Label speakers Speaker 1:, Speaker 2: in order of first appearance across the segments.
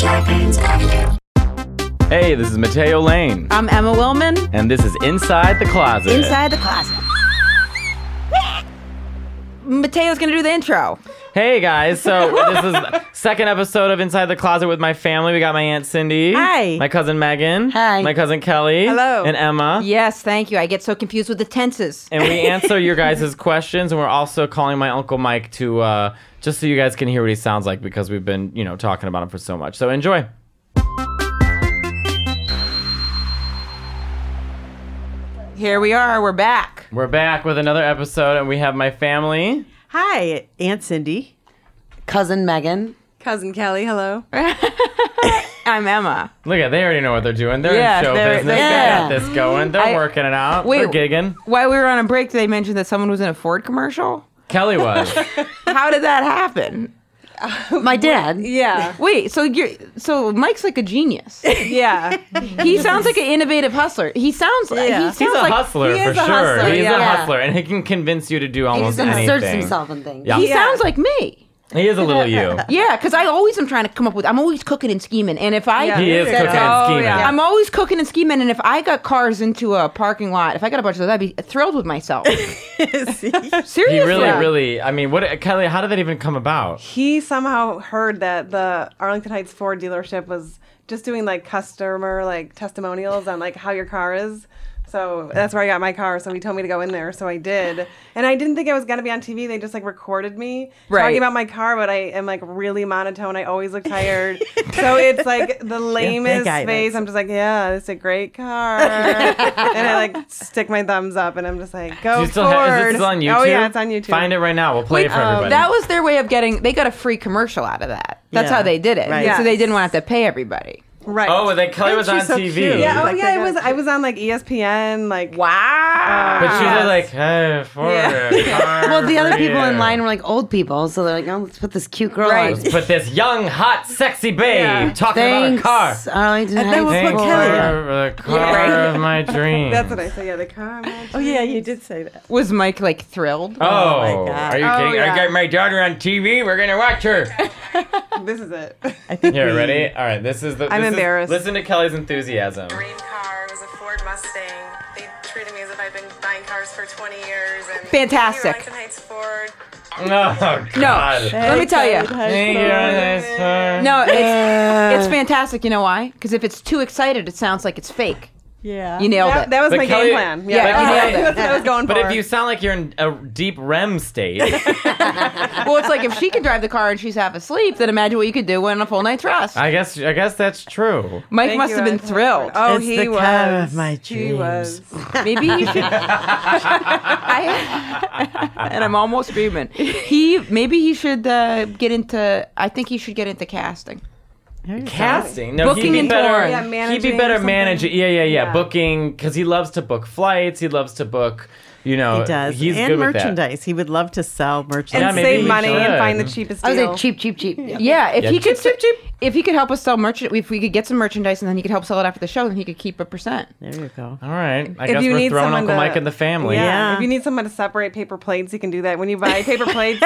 Speaker 1: Scarpins Avenue.
Speaker 2: Hey, this is Mateo Lane,
Speaker 3: I'm Emma Willman.
Speaker 2: and this is Inside the Closet.
Speaker 3: Inside the closet. Mateo's gonna do the intro.
Speaker 2: Hey guys, so this is the second episode of Inside the Closet with my family. We got my aunt Cindy,
Speaker 3: Hi.
Speaker 2: my cousin Megan,
Speaker 4: Hi.
Speaker 2: my cousin Kelly,
Speaker 4: Hello.
Speaker 2: and Emma.
Speaker 3: Yes, thank you. I get so confused with the tenses.
Speaker 2: And we answer your guys' questions, and we're also calling my uncle Mike to uh, just so you guys can hear what he sounds like because we've been, you know, talking about him for so much. So enjoy.
Speaker 3: Here we are. We're back.
Speaker 2: We're back with another episode, and we have my family.
Speaker 4: Hi, Aunt Cindy.
Speaker 5: cousin Megan.
Speaker 4: Cousin Kelly, hello.
Speaker 3: I'm Emma.
Speaker 2: Look at they already know what they're doing. They're
Speaker 3: Yeah,
Speaker 2: in show
Speaker 3: they're-
Speaker 2: business.
Speaker 5: yeah.
Speaker 2: They got this going. They're
Speaker 3: I-
Speaker 2: working it out.
Speaker 3: Wait.
Speaker 2: they're gigging.
Speaker 3: While we were on a break, they mentioned that someone was in a Ford commercial.
Speaker 2: Kelly was.
Speaker 3: How did that happen?
Speaker 5: My dad.
Speaker 4: Yeah,
Speaker 3: Wait, so you're so Mike's like a genius.
Speaker 4: yeah.
Speaker 3: He sounds like an innovative hustler. He sounds like
Speaker 4: Yeah.
Speaker 3: he
Speaker 4: He's
Speaker 3: sounds
Speaker 2: He's a
Speaker 3: like
Speaker 2: hustler
Speaker 4: he
Speaker 2: for
Speaker 4: is a
Speaker 2: sure.
Speaker 4: hustler,
Speaker 2: He's a
Speaker 5: yeah.
Speaker 2: hustler, and he can convince you to do
Speaker 5: He
Speaker 2: almost
Speaker 5: just inserts
Speaker 2: anything.
Speaker 5: himself in things.
Speaker 2: Yeah.
Speaker 3: he
Speaker 2: He,
Speaker 3: sounds like me.
Speaker 2: is a little you.
Speaker 3: Yeah, because I always am trying to come up with. I'm always cooking and scheming, and if I
Speaker 4: Yeah.
Speaker 2: He is
Speaker 4: Yeah.
Speaker 2: cooking and
Speaker 4: Oh,
Speaker 2: scheming.
Speaker 4: yeah.
Speaker 3: I'm always cooking and scheming, and if I got cars into a parking lot, if I got a bunch of those, I'd be thrilled with myself. Seriously,
Speaker 2: He really, really. I mean, what, Kelly? How did that even come about?
Speaker 4: he somehow heard that the Arlington Heights Ford dealership was just doing like customer like testimonials on like how your car is. So that's where I got my car. So he told me to go in there. So I did. And I didn't think I was going to be on TV. They just like recorded me
Speaker 3: Right.
Speaker 4: talking about my car, but I am like really monotone. I always look tired. so it's like the lamest
Speaker 6: eyelids.
Speaker 4: face. I'm just like, yeah, it's a great car. and I like stick my thumbs up and I'm just like, go
Speaker 2: Do you
Speaker 4: Ford.
Speaker 2: still ha- is it still on YouTube?
Speaker 4: Oh, yeah, it's on YouTube.
Speaker 2: Find it right now. We'll play it for everybody.
Speaker 3: that was their way of getting. They got a free commercial out of that. That's
Speaker 6: Yeah.
Speaker 3: how they did it.
Speaker 6: Right.
Speaker 3: So they didn't want to have to pay everybody.
Speaker 4: Right.
Speaker 2: oh, and then Kelly was on
Speaker 6: she's so
Speaker 2: TV.
Speaker 6: cute.
Speaker 4: Yeah, oh
Speaker 6: Like,
Speaker 4: yeah,
Speaker 6: they
Speaker 4: it was.
Speaker 6: got-
Speaker 4: I was on like E ESPN, like uh,
Speaker 3: Wow.
Speaker 2: But she
Speaker 4: Yes.
Speaker 2: was like, hey, for
Speaker 4: Yeah.
Speaker 5: Well, the other people in line were like old people, so they're like, oh, let's put this cute girl
Speaker 3: Right.
Speaker 5: on.
Speaker 2: But this young, hot, sexy babe
Speaker 4: Yeah.
Speaker 2: talking
Speaker 5: Thanks,
Speaker 2: about a car.
Speaker 5: Arlington
Speaker 6: And that was
Speaker 5: Heights
Speaker 2: Thanks
Speaker 6: what
Speaker 5: Boulevard.
Speaker 6: Kelly-
Speaker 2: for the car of my dreams.
Speaker 4: that's what I said. Yeah, the car. match.
Speaker 6: Oh yeah, you did say that.
Speaker 3: Was Mike like thrilled?
Speaker 2: Oh,
Speaker 6: Oh, my God.
Speaker 2: are you
Speaker 4: Oh,
Speaker 2: kidding? I
Speaker 4: yeah.
Speaker 2: got my daughter on TV. We're gonna watch her.
Speaker 4: This is it.
Speaker 6: I think
Speaker 2: Here,
Speaker 6: we-
Speaker 2: ready? All right, this is the.
Speaker 4: I'm
Speaker 2: this is-
Speaker 4: embarrassed.
Speaker 2: listen to Kelly's enthusiasm.
Speaker 7: dream car. It was a Ford Mustang. They treated me as if I'd been buying cars for 20 years. And
Speaker 3: Fantastic.
Speaker 7: Hey, Arlington Heights Ford.
Speaker 2: Oh God.
Speaker 3: No. Let me tell you.
Speaker 2: Thank you, nice sir.
Speaker 3: No, it's, it's fantastic. You know why? Because if it's too excited, it sounds like it's fake.
Speaker 6: Yeah.
Speaker 3: You nailed
Speaker 4: That,
Speaker 3: it.
Speaker 4: that was
Speaker 2: But
Speaker 4: my
Speaker 2: Kelly-
Speaker 4: game plan.
Speaker 2: Yeah,
Speaker 4: Yeah,
Speaker 2: but
Speaker 4: that's,
Speaker 2: Kelly-
Speaker 4: what I was going
Speaker 2: But
Speaker 4: for.
Speaker 2: if you sound like you're in a deep REM state,
Speaker 3: well, it's like if she can drive the car and she's half asleep, then imagine what you could do when a full night's rest.
Speaker 2: I guess I guess that's true.
Speaker 3: Mike
Speaker 4: Thank
Speaker 3: must
Speaker 4: you,
Speaker 3: have been
Speaker 4: Ed.
Speaker 3: thrilled.
Speaker 4: Oh,
Speaker 6: It's
Speaker 4: he
Speaker 6: the
Speaker 4: was.
Speaker 6: car of my
Speaker 4: He was.
Speaker 3: Maybe you should. I, and I'm almost screaming. He maybe he should uh, get into. I think he should get into casting.
Speaker 2: Casting, no,
Speaker 3: Booking
Speaker 2: he'd be
Speaker 3: and
Speaker 2: better.
Speaker 3: touring. Yeah,
Speaker 2: he'd
Speaker 4: managing
Speaker 2: be
Speaker 4: or
Speaker 2: better
Speaker 4: something.
Speaker 2: manager. Yeah, yeah, yeah.
Speaker 4: Yeah.
Speaker 2: Booking because he loves to book flights. He loves to book. You know,
Speaker 6: He does.
Speaker 2: He's
Speaker 6: and
Speaker 2: good with that.
Speaker 6: merchandise. He would love to sell
Speaker 4: And
Speaker 2: Yeah,
Speaker 6: merchandise.
Speaker 2: maybe
Speaker 4: save
Speaker 2: he
Speaker 4: money
Speaker 2: should.
Speaker 4: and find the cheapest
Speaker 5: I was
Speaker 4: deal.
Speaker 5: like, cheap, cheap, cheap. Yeah.
Speaker 3: Yeah, if
Speaker 2: Yeah,
Speaker 3: he
Speaker 2: cheap,
Speaker 3: could
Speaker 2: cheap, cheap.
Speaker 3: if he could help us sell merch, if we could get some merchandise and then he could help sell it after the show, then he could keep a percent.
Speaker 6: There you go.
Speaker 2: All right, I guess
Speaker 4: you
Speaker 2: we're
Speaker 4: need
Speaker 2: throwing
Speaker 4: someone
Speaker 2: Uncle
Speaker 4: to-
Speaker 2: Mike and the family.
Speaker 4: Yeah.
Speaker 6: Yeah.
Speaker 4: If you need someone to separate paper plates, you can do that. When you buy paper plates,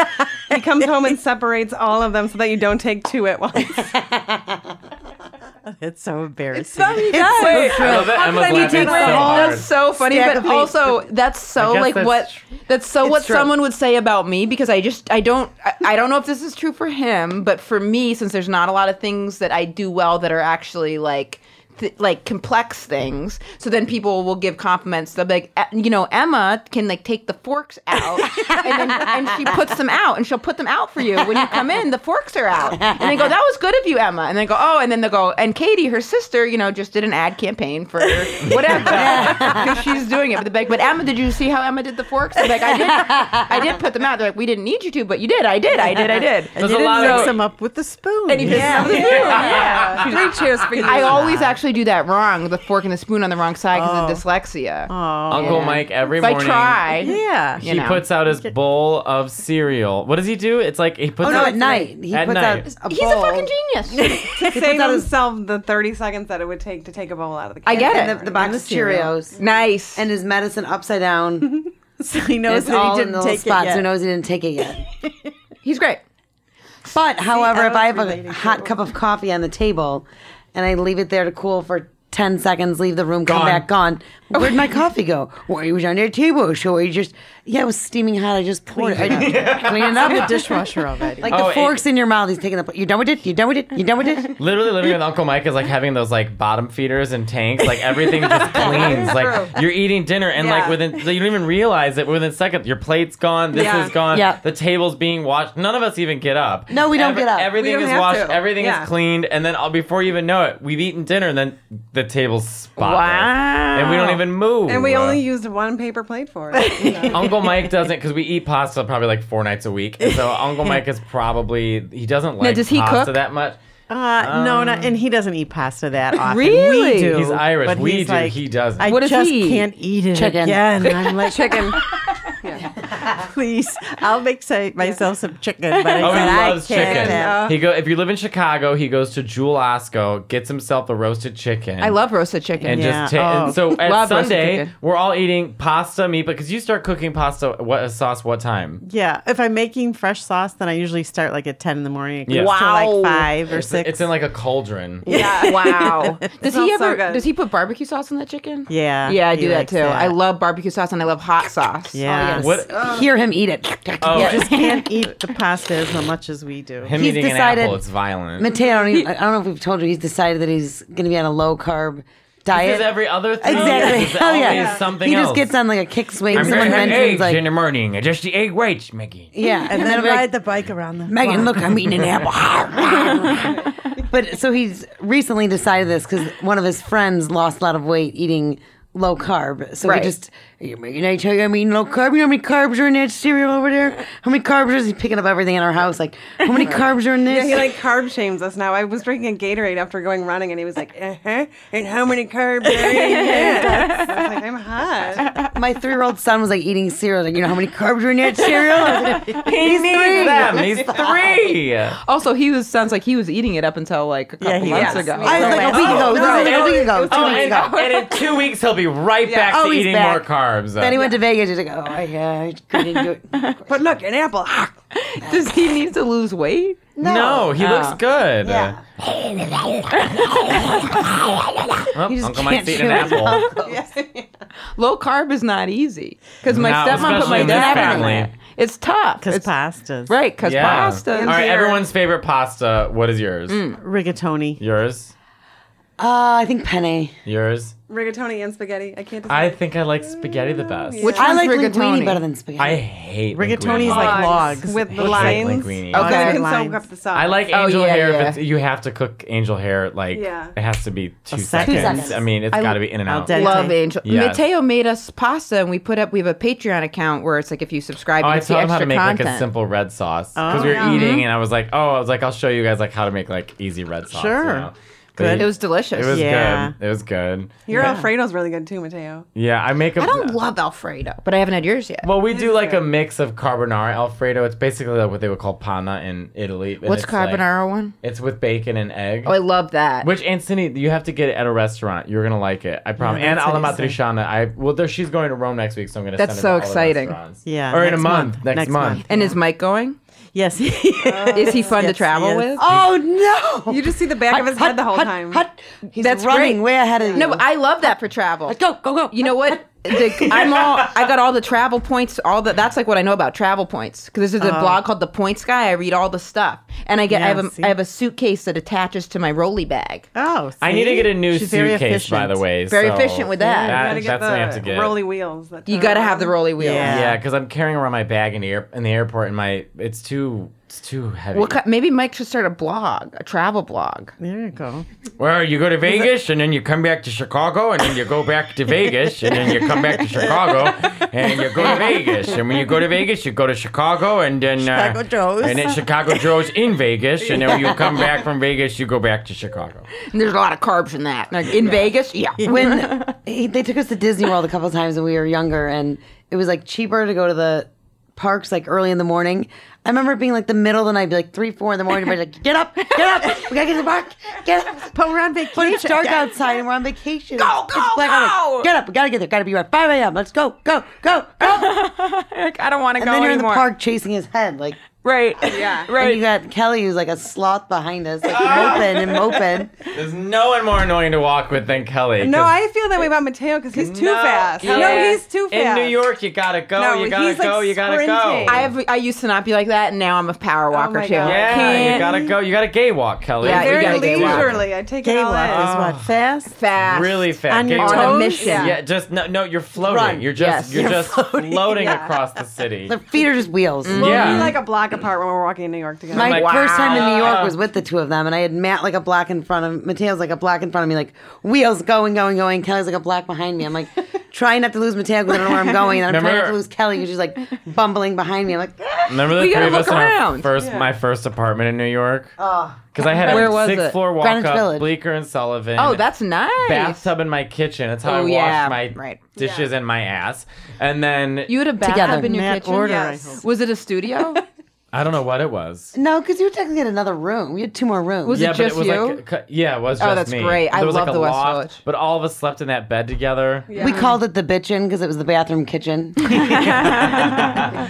Speaker 4: he comes home and separates all of them so that you don't take two at once.
Speaker 6: It's so embarrassing.
Speaker 3: Sometimes.
Speaker 2: I love that Emma's
Speaker 3: Then you
Speaker 2: laughing
Speaker 3: take
Speaker 2: so
Speaker 3: my-
Speaker 2: hard.
Speaker 3: That's so funny,
Speaker 6: Stack
Speaker 3: but
Speaker 6: of these.
Speaker 3: also that's so
Speaker 2: I guess
Speaker 3: like
Speaker 2: that's
Speaker 3: what
Speaker 2: tr-
Speaker 3: that's so
Speaker 6: It's
Speaker 3: what
Speaker 6: true.
Speaker 3: someone would say about me because I just I don't I, I don't know if this is true for him, but for me, since there's not a lot of things that I do well that are actually like. Th- like complex things, so then people will give compliments. They'll be like, "Eh, you know, Emma can like take the forks out, and, then, and she puts them out, and she'll put them out for you when you come in. The forks are out, and they go, "That was good of you, Emma." And they go, "Oh," and then they'll go, "And Katie, her sister, you know, just did an ad campaign for whatever 'Cause she's doing it." But the like, but Emma, did you see how Emma did the forks? I'm like, I did, I did put them out. They're like, we didn't need you to, but you did. I did. I did. I did.
Speaker 6: And
Speaker 2: There's
Speaker 6: you
Speaker 2: a
Speaker 6: didn't
Speaker 2: lot of-
Speaker 6: mix them up with the spoon.
Speaker 3: And he just-
Speaker 6: yeah.
Speaker 4: yeah. Three cheers for you.
Speaker 3: I always actually do that wrong, the fork and the spoon on the wrong side because of dyslexia.
Speaker 6: Oh.
Speaker 2: Uncle Mike every
Speaker 3: If I
Speaker 2: morning.
Speaker 3: try,
Speaker 6: Yeah.
Speaker 2: He
Speaker 3: you know.
Speaker 2: puts out his bowl of cereal. What does he do? It's like he puts
Speaker 5: Oh, no,
Speaker 2: out
Speaker 5: at night. He
Speaker 2: At
Speaker 5: puts
Speaker 2: night.
Speaker 5: out a
Speaker 3: he's a
Speaker 5: bowl.
Speaker 3: fucking genius.
Speaker 4: save
Speaker 5: out his-
Speaker 4: himself the 30 seconds that it would take to take a bowl out of the
Speaker 3: I
Speaker 4: can.
Speaker 3: get
Speaker 5: And
Speaker 3: it.
Speaker 5: the, the box of Cheerios.
Speaker 3: nice.
Speaker 5: And his medicine upside down.
Speaker 6: So he knows
Speaker 5: it's
Speaker 6: that
Speaker 5: all
Speaker 6: he
Speaker 5: in
Speaker 6: didn't
Speaker 5: the little
Speaker 6: take
Speaker 5: spots.
Speaker 6: it
Speaker 5: Who
Speaker 6: yet.
Speaker 5: knows he didn't take it yet?
Speaker 3: He's great.
Speaker 5: But however,
Speaker 6: I
Speaker 5: if I
Speaker 6: was
Speaker 5: have
Speaker 6: relating
Speaker 5: a
Speaker 6: to
Speaker 5: hot
Speaker 6: it.
Speaker 5: cup of coffee on the table and I leave it there to cool for 10 seconds, leave the room,
Speaker 2: Gone.
Speaker 5: come back, gone. Where'd my coffee go? Well, it was on your table. So I just, yeah, it was steaming hot. I just poured it. I just cleaned it
Speaker 6: the
Speaker 5: up.
Speaker 6: dishwasher already.
Speaker 5: Like
Speaker 2: Oh,
Speaker 5: the
Speaker 2: it-
Speaker 5: forks in your mouth. He's taking the, you done with it? You done with it? You done with it?
Speaker 2: Literally living with Uncle Mike is like having those like bottom feeders and tanks. Like everything just cleans. Like you're eating dinner and like
Speaker 4: Yeah.
Speaker 2: within you don't even realize it. but Within seconds, your plate's gone. This
Speaker 4: Yeah.
Speaker 2: is gone.
Speaker 5: Yeah.
Speaker 2: The table's being washed. None of us even get up.
Speaker 5: No, we don't get up.
Speaker 2: Everything
Speaker 4: We don't
Speaker 2: is
Speaker 4: have
Speaker 2: washed.
Speaker 4: to.
Speaker 2: Everything
Speaker 4: Yeah.
Speaker 2: is cleaned. And then uh, before you even know it, we've eaten dinner and then the table's spotless. And we don't even move.
Speaker 4: And we only used one paper plate for it. you know.
Speaker 2: Uncle Mike doesn't because we eat pasta probably like four nights a week. And so Uncle Mike is probably he doesn't like
Speaker 3: does he
Speaker 2: pasta
Speaker 3: cook?
Speaker 2: that much.
Speaker 6: Uh, no, not, and he doesn't eat pasta that often.
Speaker 3: Really?
Speaker 6: We do.
Speaker 2: He's Irish.
Speaker 6: but
Speaker 2: We
Speaker 6: he's
Speaker 2: do.
Speaker 6: Like,
Speaker 2: He doesn't.
Speaker 6: I
Speaker 3: What does
Speaker 6: just
Speaker 3: he eat?
Speaker 6: can't eat it
Speaker 5: Chicken.
Speaker 6: again. I'm like,
Speaker 4: Chicken.
Speaker 6: please, I'll make say, myself some chicken. But I
Speaker 2: Oh, he
Speaker 6: said, I
Speaker 2: loves
Speaker 6: can't
Speaker 2: chicken.
Speaker 6: have-
Speaker 2: He go if you live in Chicago, he goes to Jewel Osco, gets himself a roasted chicken.
Speaker 3: I love roasted chicken.
Speaker 2: and
Speaker 6: Yeah,
Speaker 2: just ta-
Speaker 6: oh.
Speaker 2: and so at
Speaker 3: Love roasted
Speaker 2: Sunday
Speaker 3: chicken.
Speaker 2: we're all eating pasta meat because you start cooking pasta what sauce what time?
Speaker 6: Yeah, if I'm making fresh sauce, then I usually start like at ten in the morning. It
Speaker 2: Yeah.
Speaker 6: goes till
Speaker 3: Wow.
Speaker 6: like five or
Speaker 2: It's,
Speaker 6: six.
Speaker 2: it's in like a cauldron.
Speaker 4: Yeah.
Speaker 3: wow. does he
Speaker 4: smells so
Speaker 3: ever?
Speaker 4: good.
Speaker 3: does he put barbecue sauce on that chicken?
Speaker 6: yeah,
Speaker 3: Yeah, I
Speaker 6: he
Speaker 3: do that
Speaker 6: likes
Speaker 3: too. I love barbecue sauce and I love hot sauce.
Speaker 6: Yeah.
Speaker 5: Oh, yes.
Speaker 2: What
Speaker 5: Hear him eat it.
Speaker 2: Oh,
Speaker 6: just can't eat the pasta as much as we do.
Speaker 2: him
Speaker 5: He's
Speaker 2: eating
Speaker 5: decided-
Speaker 2: an apple, it's violent.
Speaker 5: Mateo, I don't, even, I don't know if we've told you, he's decided that he's going to be on a low carb diet.
Speaker 2: This is every other thing.
Speaker 5: Exactly.
Speaker 2: It's
Speaker 5: Hell
Speaker 2: always
Speaker 5: yeah.
Speaker 2: something
Speaker 5: he
Speaker 2: else.
Speaker 5: just gets on like a kick swing.
Speaker 2: I'm
Speaker 5: Someone
Speaker 2: gonna have
Speaker 5: mentions
Speaker 2: eggs
Speaker 5: like,
Speaker 2: in the morning. I Just the egg whites, Mickey.
Speaker 5: yeah,
Speaker 6: and then
Speaker 5: it'll be like,
Speaker 6: ride the bike around the
Speaker 5: Megan, look, I'm eating an apple. but so he's recently decided this because one of his friends lost a lot of weight eating low carb. So
Speaker 3: Right.
Speaker 5: he just, you know, I tell you I'm eating low carb. You know how many carbs are in that cereal over there? How many carbs is he picking up everything in our house? Like, how many carbs are in this?
Speaker 4: He like carb shames us now. I was drinking a Gatorade after going running, and he was like, "Uh huh." And how many carbs? Are in it? I was like, "I'm hot."
Speaker 5: My three year old son was like eating cereal. Like, you know how many carbs are in that cereal? I was like,
Speaker 2: He needs them. He's three.
Speaker 3: Also, he was sounds like he was eating it up until like a couple
Speaker 6: Yeah, he
Speaker 3: months
Speaker 6: was. "Oh,
Speaker 3: ago. oh,
Speaker 6: Yeah.
Speaker 5: I was like a week ago. This was like a week ago. Two
Speaker 2: Oh,
Speaker 5: weeks
Speaker 2: and,
Speaker 5: ago.
Speaker 2: and in two weeks he'll be right back
Speaker 5: Oh,
Speaker 2: to
Speaker 5: he's
Speaker 2: eating
Speaker 5: back.
Speaker 2: more carbs.
Speaker 5: Then he went to Vegas. He's like, oh, I, uh, I couldn't do it.
Speaker 4: But look, an apple.
Speaker 3: Does he need to lose weight?
Speaker 2: no, he looks good. Oh,
Speaker 5: just
Speaker 2: Uncle Mike's
Speaker 5: can't
Speaker 2: eating an
Speaker 5: chew it.
Speaker 2: apple.
Speaker 3: Low carb is not easy because my
Speaker 2: No,
Speaker 3: stepmom put
Speaker 2: especially
Speaker 3: my
Speaker 2: in this
Speaker 3: dad on
Speaker 2: family.
Speaker 3: it. It's tough.
Speaker 6: because
Speaker 3: It's
Speaker 6: pastas.
Speaker 3: right because
Speaker 2: yeah.
Speaker 3: pasta.
Speaker 2: All right, everyone's favorite pasta. What is yours?
Speaker 6: Mm. Rigatoni.
Speaker 2: Yours?
Speaker 5: Uh, I think penne.
Speaker 2: Yours?
Speaker 4: Rigatoni and spaghetti. I can't.
Speaker 2: I
Speaker 4: Decide.
Speaker 2: think I like spaghetti the best.
Speaker 3: Which
Speaker 5: I
Speaker 3: one's
Speaker 5: like linguine
Speaker 3: rigatoni?
Speaker 5: better than spaghetti.
Speaker 2: I hate
Speaker 6: Rigatoni is
Speaker 2: linguine.
Speaker 6: like logs.
Speaker 4: with the
Speaker 2: I hate
Speaker 4: lines.
Speaker 2: linguine.
Speaker 4: So
Speaker 3: Okay.
Speaker 4: you can
Speaker 6: Lines.
Speaker 4: soak up the sauce.
Speaker 2: I like
Speaker 3: Oh,
Speaker 2: angel
Speaker 3: yeah,
Speaker 2: hair.
Speaker 3: yeah.
Speaker 2: If it's, you have to cook angel hair, like
Speaker 4: Yeah.
Speaker 2: it has to be two
Speaker 6: second.
Speaker 2: seconds.
Speaker 6: Two
Speaker 5: seconds.
Speaker 2: I mean, it's
Speaker 3: I
Speaker 2: got to be in and
Speaker 6: I'll
Speaker 2: out.
Speaker 6: dip-
Speaker 3: Love Angel.
Speaker 2: Yes.
Speaker 3: Mateo made us pasta, and we put up. We have a Patreon account where it's like if you subscribe,
Speaker 2: Oh,
Speaker 3: you
Speaker 2: I
Speaker 3: get the
Speaker 2: taught him how to
Speaker 3: extra
Speaker 2: make
Speaker 3: content.
Speaker 2: like a simple red sauce because we were eating, and I was like, oh, I was like, I'll show you guys like how to make like easy red sauce. you
Speaker 6: Sure.
Speaker 2: know? But
Speaker 6: Good.
Speaker 2: He,
Speaker 3: it was delicious.
Speaker 2: it was
Speaker 6: Yeah.
Speaker 2: good. It was good.
Speaker 4: Your Alfredo's really good too, Mateo.
Speaker 2: Yeah, I make a.
Speaker 3: I don't love Alfredo, but I haven't had yours yet.
Speaker 2: well, we do like a mix of carbonara alfredo. It's basically like what they would call panna in Italy. and
Speaker 3: What's
Speaker 2: it's like-
Speaker 3: carbonara one?
Speaker 2: it's with bacon and egg.
Speaker 3: Oh, I love that.
Speaker 2: Which Anthony, you have to get it at a restaurant. You're gonna like it, I promise. and
Speaker 6: that's what
Speaker 2: Ala
Speaker 6: he said.
Speaker 2: Matriciana, I well, there she's going to Rome next week, so I'm gonna.
Speaker 3: That's
Speaker 2: send it
Speaker 3: so
Speaker 2: to all the
Speaker 3: exciting.
Speaker 2: restaurants.
Speaker 6: Yeah,
Speaker 2: or in a
Speaker 6: next
Speaker 2: month,
Speaker 6: month.
Speaker 2: next,
Speaker 6: Next
Speaker 2: month.
Speaker 6: month.
Speaker 3: and is Mike going?
Speaker 6: Yes.
Speaker 3: Is he fun to
Speaker 6: Yes,
Speaker 3: travel
Speaker 6: yes.
Speaker 3: with?
Speaker 5: oh no!
Speaker 4: You just see the back of his head the whole time.
Speaker 5: He's
Speaker 3: That's
Speaker 5: running
Speaker 3: great.
Speaker 5: way ahead of you.
Speaker 3: No, but I love that for travel.
Speaker 5: go, go, go.
Speaker 3: You know what? The, I'm all. I got all the travel points. All the that's like what I know about travel points because there's a blog called The Points Guy. I read all the stuff, and I get. I
Speaker 6: Yeah,
Speaker 3: have
Speaker 6: see?
Speaker 3: a, I have a suitcase that attaches to my rolly bag.
Speaker 6: Oh,
Speaker 2: I need to
Speaker 6: see?
Speaker 2: get a new
Speaker 6: She's very
Speaker 2: suitcase, by
Speaker 6: efficient.
Speaker 2: the way.
Speaker 3: Very
Speaker 2: so
Speaker 3: efficient with that.
Speaker 4: You
Speaker 2: that-
Speaker 4: gotta get
Speaker 2: that's what I have
Speaker 4: the
Speaker 2: to get.
Speaker 4: Rolly wheels. that
Speaker 3: You
Speaker 4: turn
Speaker 3: got to
Speaker 4: around.
Speaker 3: have the rolly wheel.
Speaker 6: Yeah.
Speaker 2: yeah, because I'm carrying around my bag in the air in the airport, and my it's too it's too heavy.
Speaker 3: Well, cu- maybe Mike should start a blog, a travel blog.
Speaker 6: There you go.
Speaker 2: Well, you go to Vegas and then you come back to Chicago and then you go back to Vegas and then you come back to Chicago and you go to Vegas. And when you go to Vegas, you go to Chicago and then uh,
Speaker 6: Chicago Joe's.
Speaker 2: And then Chicago Joe's in Vegas. And then when you come back from Vegas, you go back to Chicago.
Speaker 3: And there's a lot of carbs in that. Like, in Vegas, yeah.
Speaker 5: when he, they took us to Disney World a couple of times when we were younger, and it was like cheaper to go to the parks like early in the morning. I remember it being like the middle of the night, be like three, four in the morning. Everybody's like, get up, get up, we gotta get to the park, get up.
Speaker 6: But we're on vacation.
Speaker 5: But it's dark outside and we're on vacation.
Speaker 3: Go,
Speaker 5: It's
Speaker 3: go,
Speaker 5: black out.
Speaker 3: go!
Speaker 5: Get up, we gotta get there, gotta be right. 5 a.m. Let's go, go, go, go.
Speaker 3: Like, I don't want to
Speaker 5: And
Speaker 3: go
Speaker 5: then you're in the
Speaker 3: anymore.
Speaker 5: park chasing his head. Like,
Speaker 6: right.
Speaker 4: Yeah.
Speaker 5: And you
Speaker 6: Right.
Speaker 5: got Kelly, who's like a sloth behind us, like moping and moping.
Speaker 2: There's no one more annoying to walk with than Kelly.
Speaker 4: No,
Speaker 2: 'cause-
Speaker 4: I feel that way about Mateo because he's too
Speaker 2: No,
Speaker 4: fast.
Speaker 2: yeah.
Speaker 4: No, he's too
Speaker 2: In
Speaker 4: fast.
Speaker 2: New York, you gotta go.
Speaker 4: No,
Speaker 2: you gotta
Speaker 4: he's, like,
Speaker 2: go. you gotta go.
Speaker 4: sprinting.
Speaker 3: I have. I used to not be like that, and now I'm a power walker
Speaker 4: my
Speaker 3: too.
Speaker 4: God.
Speaker 2: yeah, you
Speaker 3: Can't-
Speaker 2: gotta go. You gotta gay walk, Kelly.
Speaker 3: Yeah, you
Speaker 4: very
Speaker 3: gotta get walk.
Speaker 4: leisurely. I take it
Speaker 6: Gay
Speaker 4: all
Speaker 6: walk
Speaker 4: in.
Speaker 2: Uh,
Speaker 6: is what? Fast?
Speaker 3: fast.
Speaker 2: Really fast.
Speaker 6: On your
Speaker 2: Gay walk.
Speaker 3: On a
Speaker 6: toes?
Speaker 3: mission.
Speaker 2: Yeah, just no, no. You're floating.
Speaker 5: Run.
Speaker 2: You're just
Speaker 3: Yes.
Speaker 2: you're,
Speaker 3: You're
Speaker 2: just floating,
Speaker 4: Yeah.
Speaker 2: across the city.
Speaker 5: The feet are just wheels.
Speaker 4: We'll
Speaker 2: Yeah.
Speaker 4: be like a block apart when we're walking in New York together.
Speaker 5: My
Speaker 2: Like,
Speaker 5: first time in New
Speaker 2: wow.
Speaker 5: York was with the two of them, and I had Matt like a black in front of Mateo's like a black in front of me, like wheels going, going, going. Kelly's like a black behind me. I'm like trying not to lose Mateo because I don't know where I'm going, and I'm trying not
Speaker 2: Remember-
Speaker 5: to lose Kelly because she's like bumbling behind me. I'm like, "Ah,
Speaker 2: Remember the
Speaker 3: We
Speaker 2: three
Speaker 3: gotta
Speaker 2: of us
Speaker 3: look
Speaker 2: in our
Speaker 3: around.
Speaker 2: first my first apartment in New York? Because I had
Speaker 3: Where
Speaker 2: a
Speaker 3: was
Speaker 2: sixth
Speaker 3: it?
Speaker 2: floor walk
Speaker 5: Greenwich
Speaker 2: up,
Speaker 5: Village.
Speaker 2: Bleecker and Sullivan.
Speaker 3: Oh, that's nice.
Speaker 2: bathtub in my kitchen. That's how I
Speaker 3: Oh,
Speaker 2: wash
Speaker 3: yeah,
Speaker 2: my
Speaker 3: right.
Speaker 2: dishes and my ass. And then
Speaker 3: You had a bathtub
Speaker 5: Together.
Speaker 3: in your
Speaker 6: Matt
Speaker 3: kitchen.
Speaker 6: Order,
Speaker 4: Yes.
Speaker 6: I hope.
Speaker 3: Was it a studio?
Speaker 2: I don't know what it was.
Speaker 5: no, because you were technically in another room. We had two more rooms.
Speaker 3: Was it
Speaker 2: yeah, but it
Speaker 3: just
Speaker 2: was
Speaker 3: you?
Speaker 2: like a cu- yeah, it was
Speaker 3: Oh,
Speaker 2: just
Speaker 3: that's
Speaker 2: me.
Speaker 3: great. I
Speaker 2: There was
Speaker 3: love
Speaker 2: like a
Speaker 3: the West
Speaker 2: loft,
Speaker 3: Village.
Speaker 2: But all of us slept in that bed together.
Speaker 4: Yeah.
Speaker 5: We called it the bitchin' because it was the bathroom kitchen.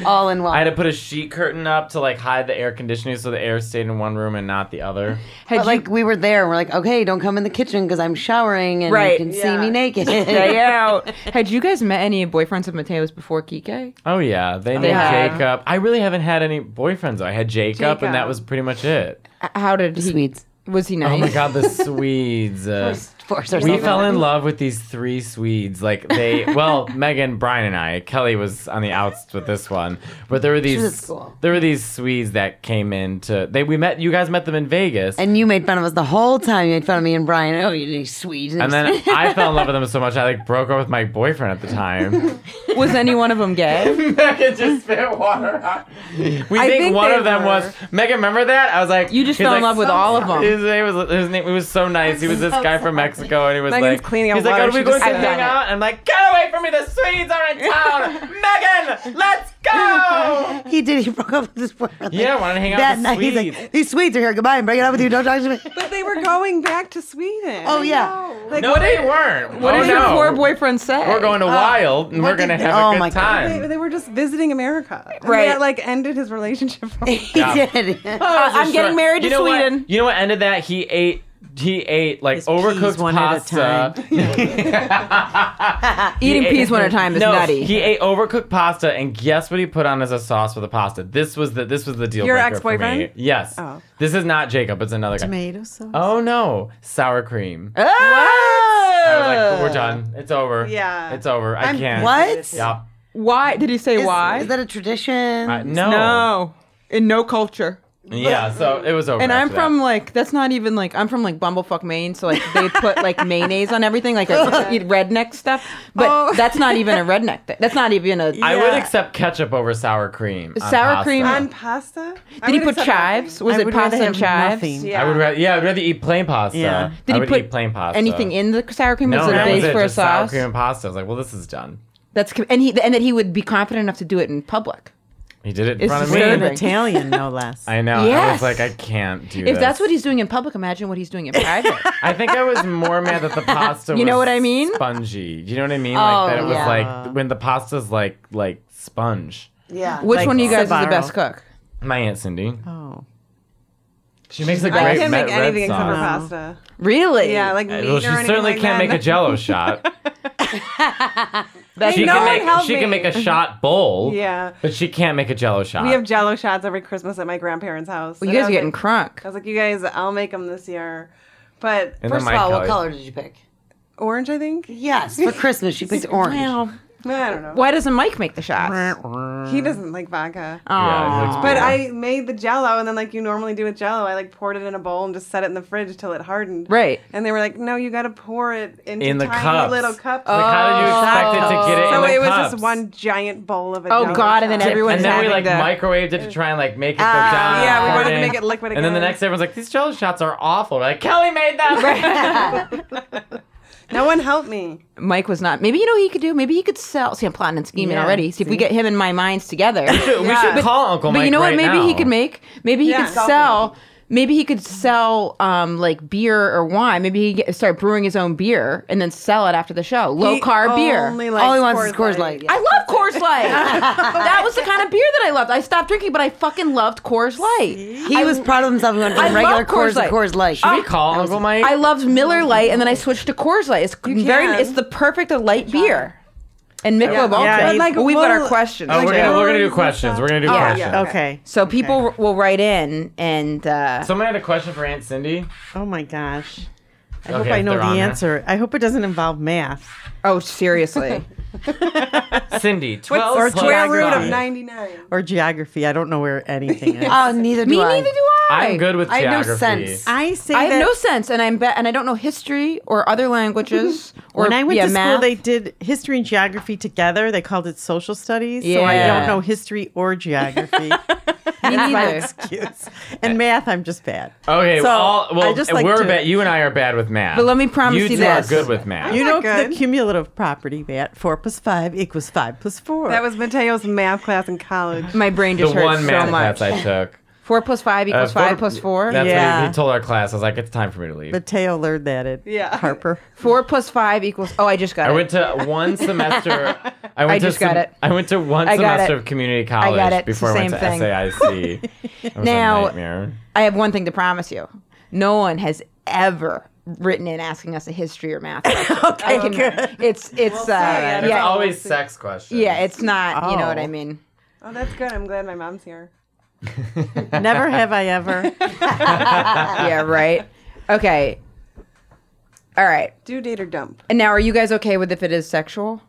Speaker 5: All in one.
Speaker 2: I had to put a sheet curtain up to like hide the air conditioning so the air stayed in one room and not the other.
Speaker 3: Had
Speaker 5: but
Speaker 3: you-
Speaker 5: like we were there, and we're like, okay, don't come in the kitchen because I'm showering and
Speaker 3: Right.
Speaker 5: you can see
Speaker 4: Yeah.
Speaker 5: me naked.
Speaker 3: Stay out. Had you guys met any boyfriends of Mateo's before Kike?
Speaker 2: Oh yeah, they knew
Speaker 3: yeah.
Speaker 2: Jacob. I really haven't had any boyfriends. though. I had Jacob, and that
Speaker 4: Jacob.
Speaker 2: was pretty much it.
Speaker 3: How did he?
Speaker 5: Swedes
Speaker 3: Was he nice?
Speaker 2: Oh my god, the Swedes. Uh,
Speaker 5: force ourselves.
Speaker 2: we fell in love with these three Swedes. Like they, well, Megan, Brian, and I. Kelly was on the outs with this one, but there were these.
Speaker 5: was at school.
Speaker 2: There were these Swedes that came in to. They we met. You guys met them in Vegas.
Speaker 5: And you made fun of us the whole time. You made fun of me and Brian. Oh, you Swedes.
Speaker 2: and then I fell in love with them so much I like broke up with my boyfriend at the time.
Speaker 3: Was any one of them
Speaker 2: Oh,
Speaker 3: gay?
Speaker 2: Megan just spit water out. We think,
Speaker 4: think
Speaker 2: one
Speaker 4: they
Speaker 2: of them
Speaker 4: were.
Speaker 2: was Megan. Remember that? I was like,
Speaker 3: You just
Speaker 2: he's
Speaker 3: fell in
Speaker 2: like,
Speaker 3: love with all of them.
Speaker 2: His name was his name. He was so nice. He was this guy from Mexico, and he was
Speaker 4: Megan's
Speaker 2: like,
Speaker 4: cleaning up
Speaker 2: he's like,
Speaker 4: water.
Speaker 2: are we
Speaker 4: She
Speaker 2: going
Speaker 4: just
Speaker 2: to
Speaker 4: said
Speaker 2: hang
Speaker 4: that.
Speaker 2: out? And I'm like, get away from me. The Swedes are in town. Megan, let's go.
Speaker 5: he did. He broke up with his boyfriend.
Speaker 2: Yeah, I wanted to hang out
Speaker 5: that
Speaker 2: with the
Speaker 5: night. He's
Speaker 2: Swedes.
Speaker 5: like, these Swedes are here. Goodbye. I'm breaking up with you. Don't talk to me.
Speaker 4: But they were going back to Sweden.
Speaker 5: Oh, yeah.
Speaker 4: Like,
Speaker 2: No, they weren't.
Speaker 3: What
Speaker 2: oh,
Speaker 3: did your
Speaker 2: no.
Speaker 3: poor boyfriend say?
Speaker 2: We're going to Wild, and we're
Speaker 5: what
Speaker 2: gonna
Speaker 5: did-
Speaker 2: have
Speaker 5: oh
Speaker 2: a
Speaker 5: my
Speaker 2: good
Speaker 5: God.
Speaker 4: They,
Speaker 2: time.
Speaker 4: they were just visiting America. And
Speaker 3: Right.
Speaker 4: They, like ended his relationship.
Speaker 5: He
Speaker 2: Yeah.
Speaker 5: did.
Speaker 6: Oh,
Speaker 3: Uh, I'm
Speaker 2: Sure.
Speaker 3: getting married to
Speaker 2: You know what?
Speaker 3: Sweden.
Speaker 2: You know what ended that? He ate. He ate like
Speaker 6: His peas
Speaker 2: overcooked
Speaker 6: one at a
Speaker 2: pasta.
Speaker 6: time.
Speaker 3: Eating peas one at a time is
Speaker 2: no,
Speaker 3: nutty.
Speaker 2: He ate overcooked pasta, and guess what he put on as a sauce for the pasta? This was the this was the deal
Speaker 4: Your
Speaker 2: breaker for
Speaker 4: ex-boyfriend?
Speaker 2: me. Yes.
Speaker 4: Oh.
Speaker 2: This is not Jacob. It's another guy.
Speaker 6: Tomato sauce.
Speaker 2: Oh no, sour cream. I was
Speaker 3: Ah!
Speaker 2: like, we're done. It's over.
Speaker 4: Yeah.
Speaker 2: It's over. I can't.
Speaker 5: What?
Speaker 2: Yeah.
Speaker 3: Why did he say
Speaker 5: Is-
Speaker 3: why?
Speaker 5: Is that a tradition?
Speaker 2: I- no.
Speaker 3: no, in no culture.
Speaker 2: Yeah. So it was over.
Speaker 3: And I'm
Speaker 2: after that.
Speaker 3: from like that's not even like I'm from like Bumblefuck Maine, so like they put like mayonnaise on everything, like a, eat redneck stuff. But
Speaker 4: Oh.
Speaker 3: that's not even a redneck thing. That's not even a
Speaker 2: I would
Speaker 4: Yeah.
Speaker 2: accept ketchup over sour cream. on
Speaker 3: Sour
Speaker 2: pasta.
Speaker 3: cream-
Speaker 4: On pasta?
Speaker 3: Did he put chives? Was
Speaker 6: I
Speaker 3: it
Speaker 6: would
Speaker 3: pasta
Speaker 6: rather
Speaker 3: and
Speaker 6: have
Speaker 3: chives?
Speaker 6: nothing.
Speaker 4: Yeah.
Speaker 2: I would rather, yeah, I'd rather eat plain pasta.
Speaker 6: Yeah.
Speaker 2: I
Speaker 3: Did he
Speaker 2: would
Speaker 3: put
Speaker 2: eat plain pasta?
Speaker 3: Anything in the sour cream?
Speaker 2: No,
Speaker 3: was it a
Speaker 2: that
Speaker 3: base
Speaker 2: was it.
Speaker 3: for a
Speaker 2: just sour
Speaker 3: sauce?
Speaker 2: cream and pasta. I was like, well, this is done.
Speaker 3: That's com- and he and that he would be confident enough to do it in public.
Speaker 2: He did it in
Speaker 3: It's
Speaker 2: front of
Speaker 3: disturbing.
Speaker 2: me.
Speaker 6: An Italian, no less.
Speaker 2: I know. I was
Speaker 3: Yes.
Speaker 2: like, I can't do
Speaker 3: If that's what he's doing in public, imagine what he's doing in private.
Speaker 2: I think I was more mad that the pasta.
Speaker 3: You know
Speaker 2: was
Speaker 3: what I mean?
Speaker 2: Spongy. Do you know what I mean?
Speaker 5: Oh,
Speaker 2: like that it was
Speaker 5: yeah.
Speaker 2: like when the pasta's like like sponge.
Speaker 4: Yeah.
Speaker 3: Which
Speaker 6: Like
Speaker 3: one of you guys is
Speaker 6: Sbarro.
Speaker 3: the best cook?
Speaker 2: My aunt Cindy.
Speaker 6: Oh.
Speaker 2: She makes a great
Speaker 4: I can't
Speaker 2: Met
Speaker 4: make
Speaker 2: Red
Speaker 4: anything except for
Speaker 2: sauce.
Speaker 4: pasta.
Speaker 3: Really?
Speaker 4: Yeah, like meat
Speaker 2: Well,
Speaker 4: or
Speaker 2: she
Speaker 4: anything
Speaker 2: certainly
Speaker 4: like
Speaker 2: can't
Speaker 4: that.
Speaker 2: make a Jello shot.
Speaker 3: That's
Speaker 2: She
Speaker 4: no
Speaker 2: can
Speaker 4: one
Speaker 2: make
Speaker 4: helped
Speaker 2: she can
Speaker 4: me.
Speaker 2: make a uh, shot bowl.
Speaker 4: Yeah.
Speaker 2: but she can't make a Jello shot.
Speaker 4: We have Jello shots every Christmas at my grandparents' house.
Speaker 3: you
Speaker 4: And I
Speaker 3: guys are
Speaker 4: was
Speaker 3: getting
Speaker 4: like-
Speaker 3: crunk.
Speaker 4: I was like, you guys, I'll make them this year. But
Speaker 2: and
Speaker 5: First
Speaker 2: then
Speaker 5: of all,
Speaker 2: my
Speaker 5: what color did you pick?
Speaker 4: orange, I think.
Speaker 5: Yes, for Christmas she picked orange.
Speaker 3: Well,
Speaker 4: I don't know.
Speaker 3: why doesn't Mike make the shots?
Speaker 4: He doesn't like vodka.
Speaker 2: Oh. Yeah, it looks
Speaker 4: But
Speaker 2: weird.
Speaker 4: I made the jello, and then like you normally do with jello, I like poured it in a bowl and just set it in the fridge till it hardened.
Speaker 3: Right.
Speaker 4: And they were like, "No, you got to pour it into
Speaker 2: in the
Speaker 4: tiny
Speaker 2: cups. Oh.
Speaker 4: little cups." Oh.
Speaker 2: Like, how did you expect it to get it
Speaker 4: so
Speaker 2: in the
Speaker 4: it was
Speaker 2: cups?
Speaker 4: just one giant bowl of it.
Speaker 3: Oh God! And then everyone's
Speaker 2: and then we
Speaker 3: having
Speaker 2: like
Speaker 3: the-
Speaker 2: microwaved it to try and like make it go
Speaker 3: Ah,
Speaker 2: down.
Speaker 4: yeah, we
Speaker 2: pour
Speaker 4: wanted to
Speaker 2: in.
Speaker 4: make it liquid
Speaker 2: And then the
Speaker 4: again.
Speaker 2: next day, everyone's like, "These jello shots are awful." We're like, "Kelly made them."
Speaker 4: no one helped me.
Speaker 3: Mike was not. Maybe you know what he could do. Maybe he could sell. See, I'm plotting and scheming
Speaker 6: Yeah,
Speaker 3: already. See, if we
Speaker 6: see?
Speaker 3: get him and my minds together.
Speaker 2: We should call Uncle
Speaker 3: but
Speaker 2: Mike
Speaker 3: you know
Speaker 2: right
Speaker 3: what? Maybe
Speaker 2: now.
Speaker 3: he could make. Maybe he
Speaker 4: Yeah.
Speaker 3: could sell Maybe he could sell um, like beer or wine. Maybe he get, start brewing his own beer and then sell it after the show. Low
Speaker 4: He
Speaker 3: carb beer.
Speaker 4: only
Speaker 5: All he
Speaker 4: likes
Speaker 5: wants is
Speaker 4: Coors
Speaker 5: Coors
Speaker 4: Light.
Speaker 5: Light.
Speaker 3: I love Coors Light. that was the kind of beer that I loved. I stopped drinking, but I fucking loved Coors Light.
Speaker 5: He was proud of himself. He went from
Speaker 3: I love
Speaker 5: regular
Speaker 3: Coors
Speaker 5: Coors to
Speaker 3: Light.
Speaker 5: Coors Light.
Speaker 2: Should we call Uncle Mike?
Speaker 3: I loved Miller Light, and then I switched to Coors Light. It's very.
Speaker 4: can.
Speaker 3: It's the perfect light beer. And Michelob Ultra.
Speaker 6: Yeah,
Speaker 3: But,
Speaker 6: he-
Speaker 3: like, we've got
Speaker 4: one-
Speaker 3: our questions.
Speaker 2: oh, we're,
Speaker 4: Like,
Speaker 2: gonna, we're gonna do
Speaker 4: Coors
Speaker 2: questions. We're gonna do
Speaker 3: yeah.
Speaker 2: questions.
Speaker 6: Okay.
Speaker 3: so people will write in and uh,
Speaker 2: Someone had a question for Aunt Cindy.
Speaker 6: Oh my gosh. I hope
Speaker 2: Okay,
Speaker 6: I know
Speaker 2: they're on
Speaker 6: the
Speaker 2: there.
Speaker 6: answer. I hope it doesn't involve math.
Speaker 3: oh seriously.
Speaker 2: Cindy, twelve
Speaker 6: or
Speaker 2: plus
Speaker 4: Square root of
Speaker 2: five.
Speaker 4: 99.
Speaker 6: or geography. I don't know where anything is.
Speaker 5: Oh, neither do
Speaker 3: Me
Speaker 5: I.
Speaker 3: neither do I.
Speaker 2: I'm good with
Speaker 5: I have no
Speaker 2: geography.
Speaker 5: sense.
Speaker 6: I say
Speaker 3: I have
Speaker 6: that
Speaker 3: no sense, and I'm be- and I don't know history or other languages. or
Speaker 6: when I went
Speaker 3: yeah,
Speaker 6: to school,
Speaker 3: math.
Speaker 6: they did history and geography together. They called it social studies. So I
Speaker 3: Yeah.
Speaker 6: don't know history or geography.
Speaker 3: Me
Speaker 6: My
Speaker 3: neither.
Speaker 6: excuse. And math, I'm just bad.
Speaker 2: Okay,
Speaker 6: So,
Speaker 2: all, well,
Speaker 6: I just like
Speaker 2: we're
Speaker 6: to-
Speaker 2: bad. You and I are bad with math.
Speaker 3: But let me promise you
Speaker 2: two
Speaker 3: this.
Speaker 2: are good with math.
Speaker 6: You know
Speaker 4: not
Speaker 6: the
Speaker 4: good.
Speaker 6: cumulative property, Matt. Four plus five equals five plus four.
Speaker 4: That was Mateo's math class in college.
Speaker 3: My brain
Speaker 2: the
Speaker 3: just hurts
Speaker 2: one math
Speaker 3: so much.
Speaker 2: class I took.
Speaker 3: Four plus five
Speaker 2: Uh,
Speaker 3: equals
Speaker 2: four
Speaker 3: five
Speaker 2: to-
Speaker 3: plus four.
Speaker 2: That's what
Speaker 6: Yeah.
Speaker 2: he- he told our class. I was like, it's time for me to leave.
Speaker 6: Mateo learned that at
Speaker 4: Yeah.
Speaker 6: Harper.
Speaker 3: Four plus five equals. Oh, I just got
Speaker 2: I
Speaker 3: it.
Speaker 2: went to one semester. I went
Speaker 3: just
Speaker 2: to
Speaker 3: got it.
Speaker 2: I went to one
Speaker 3: I got
Speaker 2: semester
Speaker 3: it.
Speaker 2: of community college
Speaker 3: got it. It's
Speaker 2: before
Speaker 3: the
Speaker 2: I went to
Speaker 3: same thing.
Speaker 2: SAIC. It was a
Speaker 3: Now-
Speaker 2: nightmare.
Speaker 3: I have one thing to promise you. No one has ever written in asking us a history or math. okay, It's it's uh,
Speaker 4: yeah,
Speaker 3: yeah,
Speaker 2: It's
Speaker 3: yeah,
Speaker 2: always sex questions.
Speaker 3: It's not. You know what
Speaker 6: Oh.
Speaker 3: I mean.
Speaker 4: Oh, that's good. I'm glad my mom's here.
Speaker 6: Never have I ever.
Speaker 3: yeah. Right. Okay. All right.
Speaker 4: Do date or dump?
Speaker 3: And now, are you guys okay with if it is sexual?